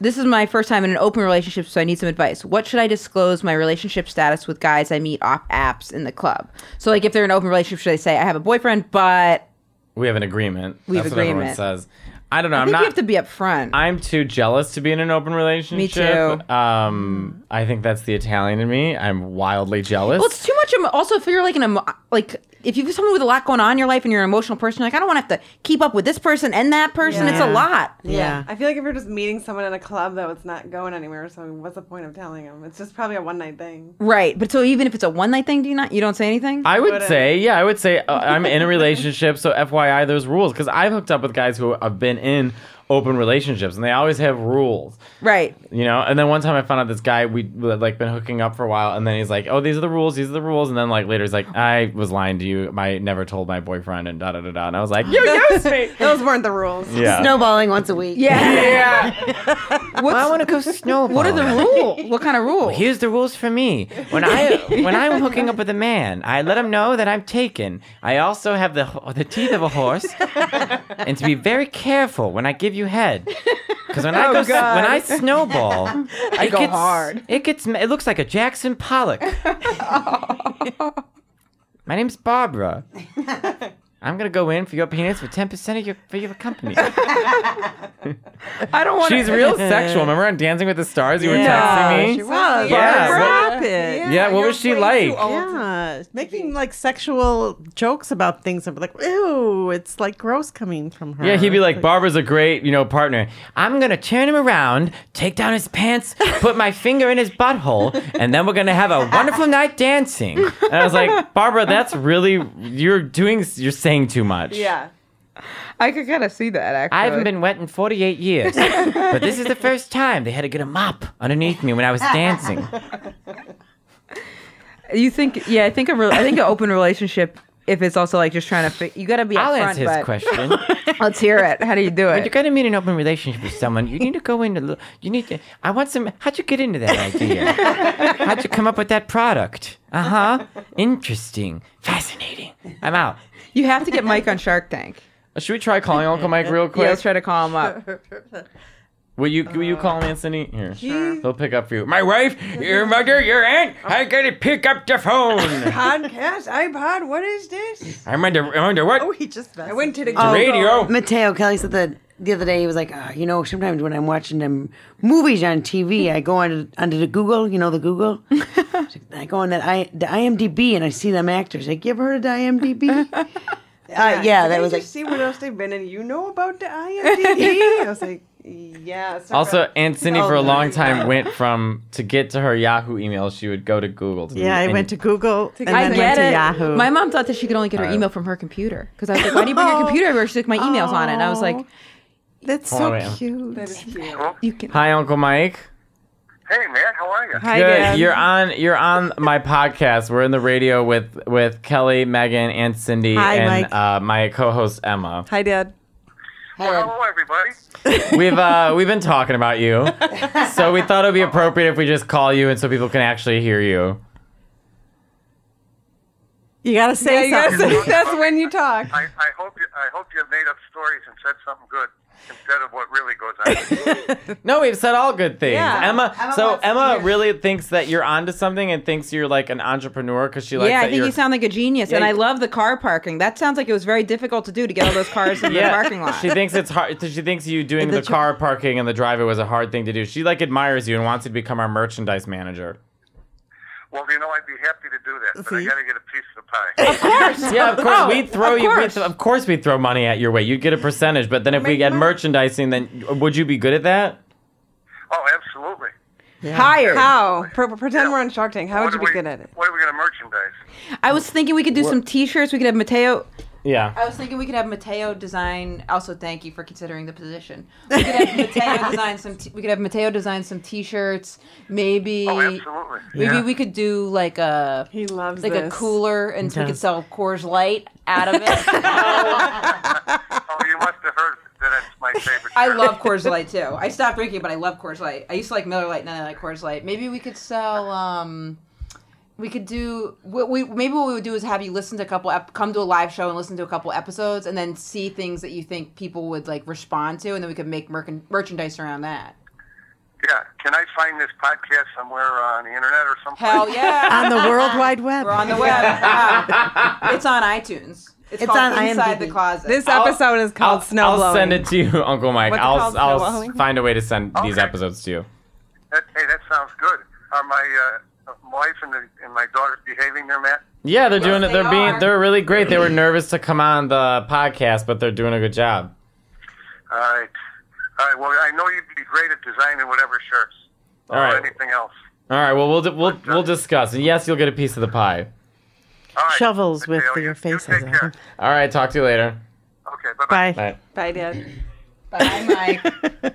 Speaker 3: this is my first time in an open relationship, so I need some advice. What should I disclose my relationship status with guys I meet off apps in the club? So like, if they're in an open relationship, should I say I have a boyfriend? But
Speaker 2: We have an agreement.
Speaker 3: We have
Speaker 2: That's what everyone
Speaker 3: agreement.
Speaker 2: says. I don't know.
Speaker 3: I
Speaker 2: I am
Speaker 3: think
Speaker 2: not.
Speaker 3: you have to be upfront.
Speaker 2: I'm too jealous to be in an open relationship.
Speaker 3: too. Hmm.
Speaker 2: Um, I think that's the Italian in me. I'm wildly jealous.
Speaker 3: Well, it's too much. Emo- also, if you're like an emo- like, if you've someone with a lot going on in your life and you're an emotional person, like I don't want to have to keep up with this person and that person. It's a
Speaker 6: Yeah.
Speaker 3: lot.
Speaker 6: Yeah.
Speaker 4: I feel like if you're just meeting someone in a club, though, it's not going anywhere. So what's the point of telling them? It's just probably a one night thing.
Speaker 3: Right, but so even if it's a one night thing, do you not you don't say anything?
Speaker 2: I would
Speaker 4: Whatever.
Speaker 2: say, yeah, I would say uh, I'm in a relationship. So FYI, there's rules because I've hooked up with guys who have been in open relationships, and they always have rules.
Speaker 3: right.
Speaker 2: you know and then one time i found out this guy we we had like been hooking up for a while and then he's like oh these are the rules these are the rules and then like later he's like i was lying to you i never told my boyfriend and da da da da and i was like you used me
Speaker 4: Those weren't the rules.
Speaker 2: yeah
Speaker 5: Snowballing once a week.
Speaker 3: Yeah.
Speaker 2: yeah i want to go snowball
Speaker 3: What are the rules? What kind of rules?
Speaker 2: Here's the rules for me. When I when I'm hooking up with a man, I let him know that I'm taken. I also have the ho- the teeth of a horse, and to be very careful when I give you head, because when I go s- when I snowball, Oh, I
Speaker 3: go hard.
Speaker 2: It gets ma- it looks like a Jackson Pollock. My name's Barbara. I'm gonna go in for your penis for ten percent of your for your company.
Speaker 3: I don't want.
Speaker 2: She's real sexual. Remember on Dancing with the Stars? You
Speaker 6: Yeah,
Speaker 2: were texting me.
Speaker 6: she
Speaker 2: Yeah.
Speaker 6: was. What
Speaker 2: Yeah.
Speaker 6: happened?
Speaker 2: Yeah, what was she like?
Speaker 6: Yeah, making like sexual jokes about things. I'm like, ew, it's like gross coming from her.
Speaker 2: Yeah, he'd be like, Barbara's a great, you know, partner. I'm gonna turn him around, take down his pants, put my finger in his butthole, and then we're gonna have a wonderful night dancing. And I was like, Barbara, that's really you're doing, you're saying too much.
Speaker 4: Yeah.
Speaker 3: I could kind of see that actually.
Speaker 2: I haven't been wet in 48 years, but this is the first time they had to get a mop underneath me when I was dancing.
Speaker 3: You think? Yeah, I think a re- I think an open relationship. If it's also like just trying to, fi- you got to be.
Speaker 2: I'll
Speaker 3: upfront,
Speaker 2: answer his
Speaker 3: but-
Speaker 2: question.
Speaker 3: Let's hear it. How do you do
Speaker 2: When you're
Speaker 3: it?
Speaker 2: gonna meet an open relationship with someone, you need to go into. lo- You need to. I want some. How'd you get into that idea? How'd you come up with that product? Uh huh. Interesting. Fascinating. I'm out.
Speaker 3: You have to get Mike on Shark Tank.
Speaker 2: Should we try calling Uncle Mike real
Speaker 3: Yeah,
Speaker 2: quick?
Speaker 3: let's try to call him up.
Speaker 2: Will you will you call him Anthony? Here, he'll pick up for you. My wife, your mother, your aunt. I gotta pick up the phone.
Speaker 4: Podcast, iPod, what is this?
Speaker 2: I'm under I'm under what?
Speaker 6: Oh, he just
Speaker 4: I went to the
Speaker 2: Radio.
Speaker 5: Mateo Kelly said that the other day he was like, "Ah, you know, sometimes when I'm watching them movies on TV, I go on under the Google, you know, the Google. I go on that I the IMDb and I see them actors. Like, you ever heard of the IMDb? Uh, yeah, that
Speaker 4: Did
Speaker 5: was
Speaker 4: you
Speaker 5: like
Speaker 4: see what else they've been in? You know about the IMDb? I was like, yeah. sorry.
Speaker 2: Also, Aunt Cindy for a
Speaker 4: Oh,
Speaker 2: long
Speaker 4: yeah.
Speaker 2: time went from to get to her Yahoo email, she would go to Google. To
Speaker 6: Yeah, I
Speaker 2: and-
Speaker 6: went to Google and
Speaker 3: I
Speaker 6: then
Speaker 3: get
Speaker 6: went to
Speaker 3: it.
Speaker 6: Yahoo.
Speaker 3: My mom thought that she could only get her email from her computer because I was like, "Why do you bring your computer everywhere?" She's like, "My emails on it." And I was like,
Speaker 6: That's
Speaker 2: Oh,
Speaker 6: so
Speaker 2: yeah.
Speaker 6: cute.
Speaker 4: That is cute.
Speaker 3: "You can."
Speaker 2: Hi, Uncle Mike.
Speaker 1: Hey man, how are you?
Speaker 6: Hi,
Speaker 2: Good.
Speaker 6: Dad.
Speaker 2: You're on. You're on my podcast. We're in the radio with with Kelly, Megan, Aunt Cindy,
Speaker 6: Hi,
Speaker 2: and
Speaker 6: Mike.
Speaker 2: uh, my co-host Emma.
Speaker 4: Hi, Dad.
Speaker 1: Hello, everybody.
Speaker 2: We've uh, we've been talking about you, so we thought it would be appropriate if we just call you and so people can actually hear you.
Speaker 6: You gotta
Speaker 4: Yeah,
Speaker 6: say
Speaker 4: you gotta
Speaker 6: something.
Speaker 4: say- that's when you talk.
Speaker 8: I, I hope you, I hope you made up stories and said something good instead of what really goes on.
Speaker 2: No, we've said all good things.
Speaker 4: Yeah.
Speaker 2: Emma,
Speaker 5: Emma
Speaker 2: so
Speaker 5: wants to
Speaker 2: Emma
Speaker 5: hear-
Speaker 2: really thinks that you're onto something and thinks you're like an entrepreneur because she likes
Speaker 3: yeah,
Speaker 2: that
Speaker 3: I think
Speaker 2: you're.
Speaker 3: you sound like a genius, and
Speaker 2: Yeah,
Speaker 3: I
Speaker 2: you-
Speaker 3: love the car parking. That sounds like it was very difficult to do to get all those cars in
Speaker 2: yeah,
Speaker 3: the parking lot.
Speaker 2: she thinks it's hard. She thinks you doing
Speaker 6: The
Speaker 2: the,
Speaker 6: tr-
Speaker 2: car parking and the driveway was a hard thing to do. She like admires you and wants you to become our merchandise manager.
Speaker 8: well, you know, I'd be happy to do that, but I
Speaker 6: See?
Speaker 8: got to get a piece of the pie.
Speaker 2: Yeah, of course we throw
Speaker 3: of
Speaker 2: you.
Speaker 3: course.
Speaker 2: We, of course we throw money at your way. You'd get a percentage, but then if we had merchandising, then would you be good at that?
Speaker 8: Oh, absolutely.
Speaker 3: Hired.
Speaker 4: How? Pre- pretend we're on Shark Tank. How would
Speaker 8: What
Speaker 4: you
Speaker 8: are
Speaker 4: be
Speaker 8: we-
Speaker 4: good at it?
Speaker 8: What are we going to merchandise?
Speaker 3: I was thinking we could do some T-shirts. We could have Mateo.
Speaker 2: Yeah.
Speaker 3: I was thinking we could have Mateo design. Also, thank you for considering the position. We could have Mateo design some. T- we could have Mateo design some T-shirts. Maybe.
Speaker 8: Oh, absolutely.
Speaker 3: Maybe
Speaker 8: Yeah.
Speaker 3: we could do like a
Speaker 4: He loves
Speaker 3: like a
Speaker 4: this.
Speaker 3: cooler, and so we could
Speaker 6: does.
Speaker 3: sell Coors Light out of it.
Speaker 8: Oh, you must have heard that it's my favorite.
Speaker 3: I
Speaker 8: drink.
Speaker 3: love Coors Light too. I stopped drinking, but I love Coors Light. I used to like Miller Light, now I like Coors Light. Maybe we could sell. um we could do what we maybe what we would do is have you listen to a couple ep- come to a live show and listen to a couple episodes and then see things that you think people would like respond to and then we could make merc- merchandise around that.
Speaker 8: Yeah. Can I find this podcast somewhere uh, on the internet or something?
Speaker 3: Hell yeah,
Speaker 6: on the World Wide Web.
Speaker 3: we're on the web. Yeah. It's on iTunes. It's,
Speaker 5: It's
Speaker 3: called
Speaker 5: on
Speaker 3: Inside
Speaker 5: IMDb.
Speaker 3: the Closet. Oh.
Speaker 4: This
Speaker 2: I'll-
Speaker 4: episode
Speaker 2: I'll,
Speaker 4: is called Snow
Speaker 2: I'll
Speaker 4: Blowing.
Speaker 2: send it to you, Uncle Mike.
Speaker 4: What's it
Speaker 2: I'll
Speaker 4: called,
Speaker 2: I'll
Speaker 4: snow blowing?
Speaker 2: find a way to send these
Speaker 8: Okay.
Speaker 2: episodes to you.
Speaker 8: That, hey, that sounds good. Are my uh, wife and, the, and my daughter behaving there, Matt?
Speaker 2: Yeah, they're doing it.
Speaker 3: they
Speaker 2: They're being.
Speaker 3: are.
Speaker 2: They're really great. They were nervous to come on the podcast, but they're doing a good job.
Speaker 8: All right. All right. Well, I know you'd be great at designing whatever shirts
Speaker 2: All
Speaker 8: or
Speaker 2: right.
Speaker 8: anything else.
Speaker 2: All right. Well, we'll we'll we'll discuss. And yes, you'll get a piece of the pie.
Speaker 8: All right.
Speaker 6: Shovels with
Speaker 8: Mateo,
Speaker 6: your
Speaker 8: you- you
Speaker 6: faces
Speaker 8: take
Speaker 6: on.
Speaker 8: care.
Speaker 2: All right. Talk to you later.
Speaker 8: Okay.
Speaker 6: Bye.
Speaker 8: Bye-bye.
Speaker 2: All right.
Speaker 4: Bye, Dad.
Speaker 3: Bye, Mike.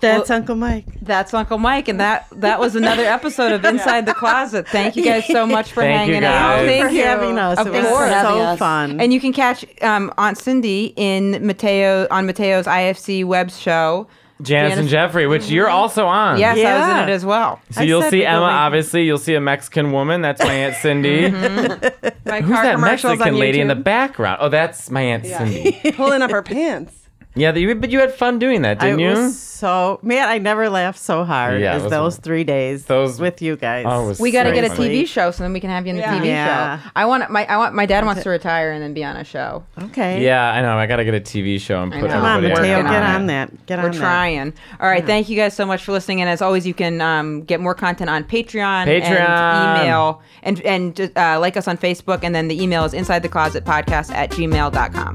Speaker 6: That's Uncle Mike.
Speaker 3: That's Uncle Mike, and that that was another episode of Inside the Closet. Thank you guys so much for
Speaker 2: Thank you,
Speaker 3: hanging
Speaker 2: guys.
Speaker 3: out.
Speaker 6: Thanks for
Speaker 4: you.
Speaker 6: having us.
Speaker 3: Of
Speaker 6: it was
Speaker 3: course.
Speaker 5: Having
Speaker 6: so
Speaker 5: us.
Speaker 6: fun.
Speaker 3: And you can catch um, Aunt Cindy in Mateo on Mateo's IFC web show.
Speaker 2: Janice Mm-hmm. and
Speaker 3: Janice-
Speaker 2: Jeffrey, which you're also on.
Speaker 3: Yes, I was
Speaker 6: Yeah.
Speaker 3: in it as well.
Speaker 2: So
Speaker 6: I
Speaker 2: you'll
Speaker 6: said
Speaker 2: see
Speaker 6: we go
Speaker 2: Emma.
Speaker 6: like-
Speaker 2: Obviously, you'll see a Mexican woman. That's my aunt Cindy.
Speaker 4: My
Speaker 2: Who's
Speaker 4: car
Speaker 2: that
Speaker 4: commercials
Speaker 2: Mexican
Speaker 4: on
Speaker 2: lady in the
Speaker 4: YouTube.
Speaker 2: background? Oh, that's my aunt Cindy.
Speaker 4: Pulling up her pants.
Speaker 2: yeah, you- but you had fun doing that,
Speaker 6: I
Speaker 2: didn't you?
Speaker 6: was so man, I never laughed so hard
Speaker 2: Yeah, it
Speaker 6: as
Speaker 2: was-
Speaker 6: those three days
Speaker 2: those-
Speaker 6: with you guys.
Speaker 2: Oh, it was
Speaker 3: We got to
Speaker 2: so
Speaker 3: get a
Speaker 2: funny.
Speaker 3: TV show so then we can have you in the
Speaker 4: Yeah.
Speaker 3: TV
Speaker 6: Yeah.
Speaker 3: show. I want my I want my dad wants to retire and then be on a show.
Speaker 6: okay.
Speaker 2: Yeah, I know. I gotta get a TV show and put
Speaker 3: know.
Speaker 6: Come on,
Speaker 2: everybody
Speaker 6: Mateo,
Speaker 3: working
Speaker 6: get
Speaker 2: it.
Speaker 6: on that. Get
Speaker 3: We're
Speaker 6: on that.
Speaker 3: trying. All right, thank you guys so much for listening. And as always, you can um, get more content on Patreon,
Speaker 2: Patreon.
Speaker 3: and email, and and uh, like us on Facebook. And then the email is inside the closet podcast at gmail.com.